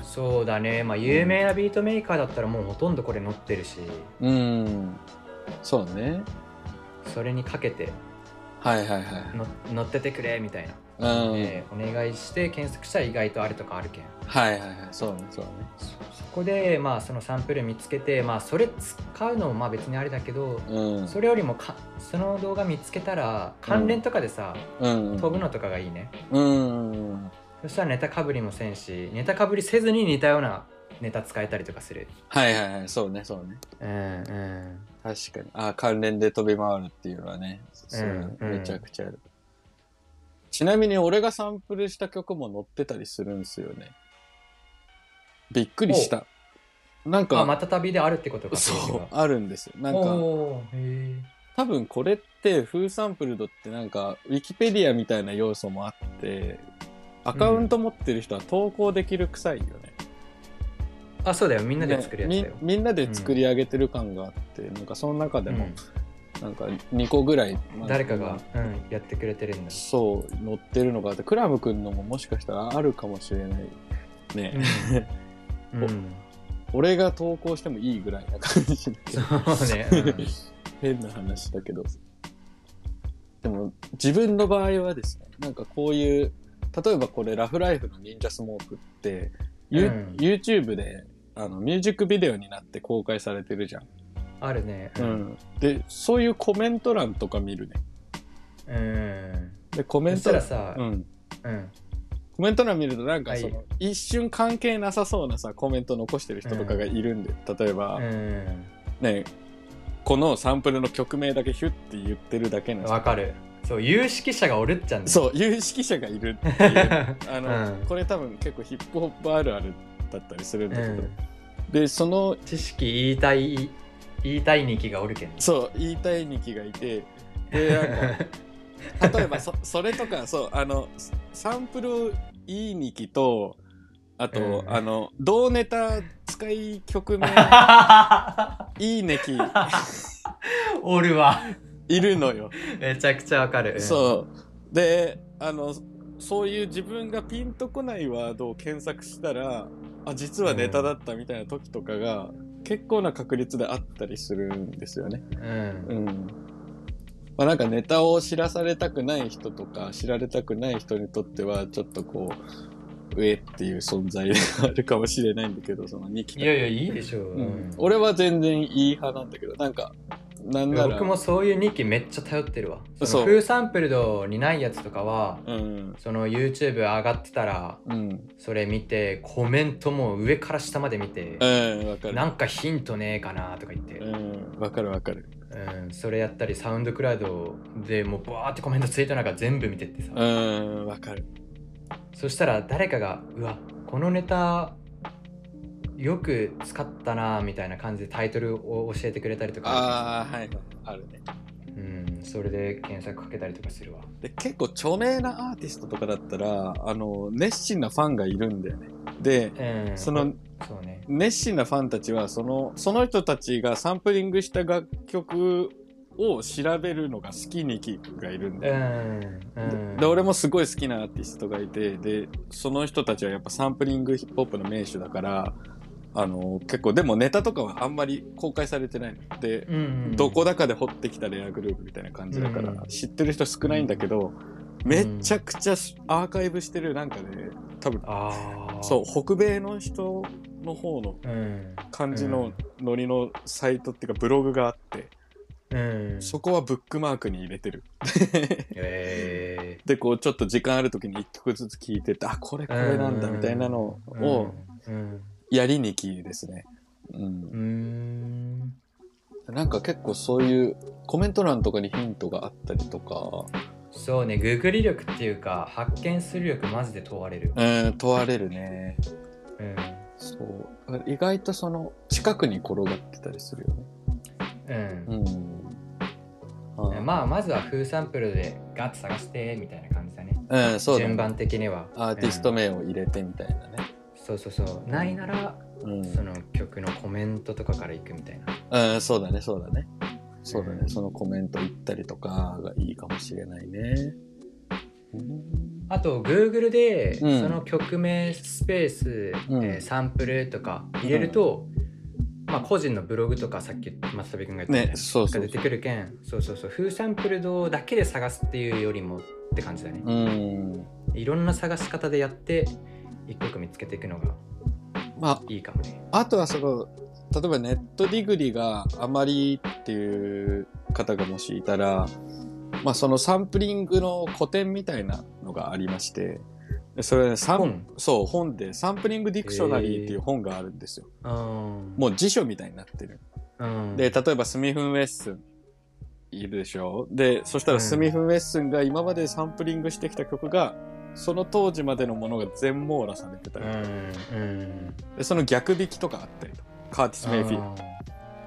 Speaker 1: う。
Speaker 2: そうだねまあ有名なビートメーカーだったらもうほとんどこれ載ってるし
Speaker 1: うん。そうね。
Speaker 2: それにかけて
Speaker 1: はいはいはい。
Speaker 2: の乗っててくれみたいな、
Speaker 1: うん。
Speaker 2: えーお願いして検索したら意外とあるとかあるけん
Speaker 1: はいはいはい。そうね、そうね。
Speaker 2: そそこでまあそのサンプル見つけてまあそれ使うのもまあ別にあれだけど
Speaker 1: うん。
Speaker 2: それよりもかその動画見つけたら関連とかでさ、
Speaker 1: うん。
Speaker 2: 飛ぶのとかがいいね
Speaker 1: うん。
Speaker 2: そしたらネタかぶりもせんしネタかぶりせずに似たようなネタ使えたりとかする
Speaker 1: はいはいはい。そうね、そうね。
Speaker 2: うんうん
Speaker 1: 確かに。あ関連で飛び回るっていうのはね、そう
Speaker 2: うん
Speaker 1: めちゃくちゃある。ちなみに俺がサンプルした曲も載ってたりするんですよね。びっくりした。なん
Speaker 2: あ
Speaker 1: か、
Speaker 2: また旅であるってことか
Speaker 1: そう、
Speaker 2: う
Speaker 1: あるんですよ。なんか、
Speaker 2: おーへー
Speaker 1: 多分これって、フーサンプルドってなんか、ウィキペディアみたいな要素もあって、アカウント持ってる人は投稿できるくさいよね。
Speaker 2: あそうだよみんなで作るやつだよ、
Speaker 1: ねみみんなで作り上げてる感があって、なんかその中で
Speaker 2: うん
Speaker 1: も、なんか2個ぐらい、まあ
Speaker 2: 誰かが、うん、やってくれてるんだ、
Speaker 1: そう乗ってるのがあってクラム君のももしかしたらあるかもしれないね、 <laughs>
Speaker 2: うんうん、
Speaker 1: 俺が投稿してもいいぐらいな感じだけど
Speaker 2: そうね、
Speaker 1: 変な話だけどでも自分の場合はですねなんかこういう例えばこれ「ラフライフの忍者スモーク」って、ユ
Speaker 2: う
Speaker 1: ー
Speaker 2: ん
Speaker 1: YouTube であのミュージックビデオになって公開されてるじゃん、
Speaker 2: うんあるね
Speaker 1: でそういうコメント欄とか見るね
Speaker 2: うん
Speaker 1: でコメ
Speaker 2: そ
Speaker 1: ン
Speaker 2: した
Speaker 1: ト
Speaker 2: ら
Speaker 1: 欄
Speaker 2: さ、
Speaker 1: うん
Speaker 2: うん
Speaker 1: コメント欄見るとなんか
Speaker 2: はい
Speaker 1: その一瞬関係なさそうなさコメント残してる人とかがいるんで、例えば、
Speaker 2: うん
Speaker 1: ねこのサンプルの曲名だけヒュッて言ってるだけの人
Speaker 2: わかるそう有識者がおるっちゃんね
Speaker 1: そう有識者がいるっていう
Speaker 2: <laughs>
Speaker 1: あの、
Speaker 2: うん
Speaker 1: これ多分結構ヒップホップあるあるだったりするんだ
Speaker 2: <laughs> う
Speaker 1: けど、
Speaker 2: ん、
Speaker 1: でその
Speaker 2: 知識言いたい言いたいにきがお
Speaker 1: <laughs>
Speaker 2: るけんね
Speaker 1: そう言いたいニキがいてでなんか例えばそ <laughs> それとかそうあのサンプルいいニキとあと、
Speaker 2: うん
Speaker 1: あの同ネタ使い曲名
Speaker 2: <laughs>
Speaker 1: いいねき
Speaker 2: おるわ
Speaker 1: いるのよ。
Speaker 2: めちゃくちゃわかる
Speaker 1: そう。で、あの、そういう自分がピンとこないワードを検索したら、あ、実はネタだったみたいな時とかが、結構な確率であったりするんですよね。
Speaker 2: うん、うん
Speaker 1: うん。まあなんかネタを知らされたくない人とか、知られたくない人にとっては、ちょっとこう、上っていう存在であるかもしれないんだけど、その2期
Speaker 2: いやいや、いいでしょう。
Speaker 1: う
Speaker 2: うん
Speaker 1: ん、俺は全然いい派なんだけど、なんか、なんなら、
Speaker 2: 僕もそういう2機めっちゃ頼ってるわ。そ
Speaker 1: そう
Speaker 2: のフーサンプルドにないやつとかは、
Speaker 1: うん、
Speaker 2: その YouTube 上がってたら、
Speaker 1: うん、
Speaker 2: それ見て、コメントも上から下まで見て
Speaker 1: う、ん、わかる
Speaker 2: な。んかヒントねえかなとか言って、
Speaker 1: うん、わかるわかる。
Speaker 2: うん、それやったり、サウンドクラウドでもうバーってコメントついた中全部見てってさ、
Speaker 1: うん、わかる。
Speaker 2: そしたら誰かが、うわ、このネタ、よく使ったなみたいな感じでタイトルを教えてくれたりとか、
Speaker 1: ああ、はい、あるね。
Speaker 2: うん、それで検索かけたりとかするわ。
Speaker 1: で、結構著名なアーティストとかだったら、あの、熱心なファンがいるんだよね。で、
Speaker 2: うん、
Speaker 1: その、
Speaker 2: そうね。
Speaker 1: 熱心なファンたちはそのその人たちがサンプリングした楽曲を調べるのが好きにキーがいるん
Speaker 2: う
Speaker 1: だよ、
Speaker 2: ん。うん
Speaker 1: で俺もすごい好きなアーティストがいてでその人たちはやっぱサンプリングヒップホップの名手だからあの結構でもネタとかはあんまり公開されてないので、
Speaker 2: うんうん、
Speaker 1: どこだかで掘ってきたレアグループみたいな感じだから、
Speaker 2: うん
Speaker 1: 知ってる人少ないんだけど、めちゃくちゃアーカイブしてるなんかね多分
Speaker 2: ああ。
Speaker 1: そう北米の人の方の
Speaker 2: う。うん。
Speaker 1: 感じのノリのサイトっていうかブログがあって、
Speaker 2: うん。
Speaker 1: そこはブックマークに入れてる。
Speaker 2: え
Speaker 1: で、こう、ちょっと時間ある時に一曲ずつ聴いてて、あ、これこれなんだ
Speaker 2: うん
Speaker 1: みたいなのを
Speaker 2: ー。うん。
Speaker 1: やりにきですね。うん
Speaker 2: う。ん。
Speaker 1: なんか結構そういうコメント欄とかにヒントがあったりとか、
Speaker 2: そうね、ググり力っていうか、発見する力マジで問われる。
Speaker 1: うん、問われるね。
Speaker 2: うん。
Speaker 1: そう。意外とその近くに転がってたりするよね。
Speaker 2: うん。
Speaker 1: うん。あ
Speaker 2: まあ、まずは風サンプルでガッと探してみたいな感じだね。
Speaker 1: うん、そうだ、ね。
Speaker 2: 順番的には。
Speaker 1: アーティスト
Speaker 2: うん
Speaker 1: 名を入れてみたいなね。
Speaker 2: そうそうそう。ないなら、
Speaker 1: うん。
Speaker 2: その曲のコメントとかからいくみたいな。
Speaker 1: うん、そうだね、そうだね。そうだね
Speaker 2: う、ん
Speaker 1: そのコメント言ったりとかがいいかもしれないね。うん
Speaker 2: あと Google で、
Speaker 1: うん
Speaker 2: その曲名スペース、
Speaker 1: うん
Speaker 2: えーサンプルとか入れると、まあ、個人のブログとかさっき松田君が言ったみたいな
Speaker 1: ね、そうそ
Speaker 2: が
Speaker 1: う
Speaker 2: 出てくるけんそうそうそうフーサンプルドだけで探すっていうよりもって感じだね、
Speaker 1: うん。
Speaker 2: いろんな探し方でやって一個一個見つけていくのが
Speaker 1: ま
Speaker 2: いいかもね
Speaker 1: あ、あとはその、例えばネットディグリがあまりっていう方がもしいたら、まあそのサンプリングの古典みたいなのがありまして、でそれサン
Speaker 2: 本
Speaker 1: そう、本でサンプリングディクショナリーっていう本があるんですよ。
Speaker 2: うん
Speaker 1: もう辞書みたいになってる。
Speaker 2: うん
Speaker 1: で、例えばスミフン・ウェッスンいるでしょで、そしたらスミフン・ウェッスンが今までサンプリングしてきた曲が、その当時までのものが全網羅されてた
Speaker 2: う
Speaker 1: り、
Speaker 2: んうん
Speaker 1: でその逆引きとかあったりとか、カーティス・メイフィール
Speaker 2: あー
Speaker 1: ド。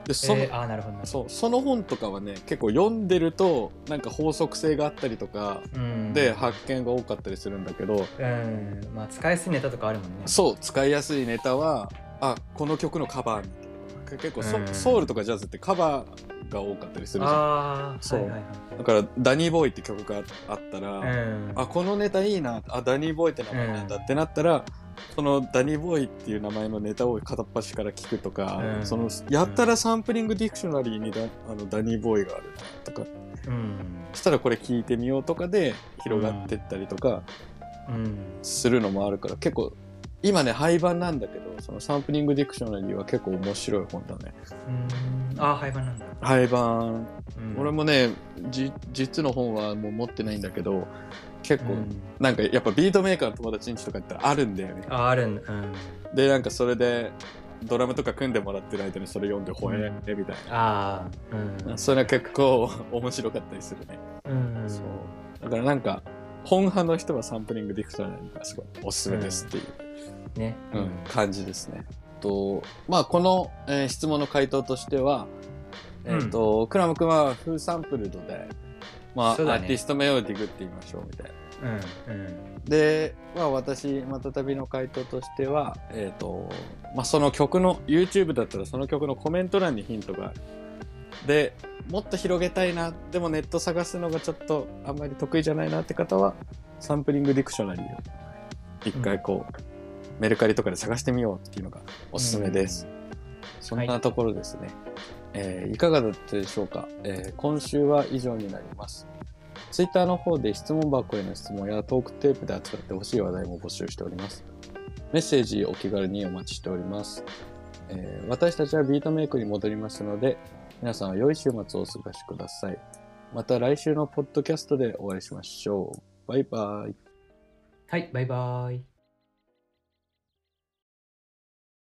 Speaker 1: で、その、
Speaker 2: えーあーなるほどなるほ
Speaker 1: そう、その本とかはね、結構読んでると、なんか法則性があったりとか、
Speaker 2: どうん
Speaker 1: で、発見が多かったりするんだけど、
Speaker 2: うんまあ使いやすいネタとかあるもんね
Speaker 1: そう、使いやすいネタは、あ、この曲のカバーに。結構ソ、
Speaker 2: うん
Speaker 1: ソウルとかジャズってカバーが多かったりするじゃん。
Speaker 2: ああ
Speaker 1: そう
Speaker 2: はいはいはい
Speaker 1: だから、ダニーボーイって曲があったら、
Speaker 2: うん
Speaker 1: あこのネタいいなあダニーボーイって名前なんだってなったら、そのダニーボーイっていう名前のネタを片っ端から聞くとか、
Speaker 2: うん
Speaker 1: そのやったらサンプリングディクショナリーにダあのダニーボーイがあるなとか
Speaker 2: うん
Speaker 1: そしたらこれ聞いてみようとかで広がってったりとか
Speaker 2: うん
Speaker 1: するのもあるから、結構今ね廃盤なんだけどそのサンプリングディクショナリーは結構面白い本だね
Speaker 2: うんああ廃盤なんだ、
Speaker 1: 廃盤、
Speaker 2: うん
Speaker 1: 俺もねじ実の本はもう持ってないんだけど結構、
Speaker 2: うん
Speaker 1: なんかやっぱビートメーカーの友達んちとか行ったらあるんだよね
Speaker 2: あーあるんうん
Speaker 1: でなんかそれでドラムとか組んでもらってる間にそれ読んでほえーみたい
Speaker 2: ああうん
Speaker 1: な、それは結構面白かったりするね、
Speaker 2: うん
Speaker 1: そうだからなんか本派の人はサンプリングディクショナリーがすごいおすすめですっていう、
Speaker 2: ね
Speaker 1: うん感じですねとまあこの、えー質問の回答としてはえっ、と、クラム君はフーサンプルドで、まあ
Speaker 2: そうだ
Speaker 1: ア
Speaker 2: ね
Speaker 1: ーティスト名をディグってみましょうみたいな
Speaker 2: うんうん
Speaker 1: で、まあ、私またたびの回答としては、えーとまあ、その曲の YouTube だったらその曲のコメント欄にヒントがあるでもっと広げたいなでもネット探すのがちょっとあんまり得意じゃないなって方はサンプリングディクショナリーを一回こう、メルカリとかで探してみようっていうのがおすすめです、そんなところですね、えーいかがだったでしょうか、えー今週は以上になりますツイッターの方で質問箱への質問やトークテープで扱ってほしい話題も募集しております。メッセージお気軽にお待ちしております、えー私たちはビートメイクに戻りますので、皆さんは良い週末をお過ごしください。また来週のポッドキャストでお会いしましょう。バイバイ。
Speaker 2: はい、バイバイ。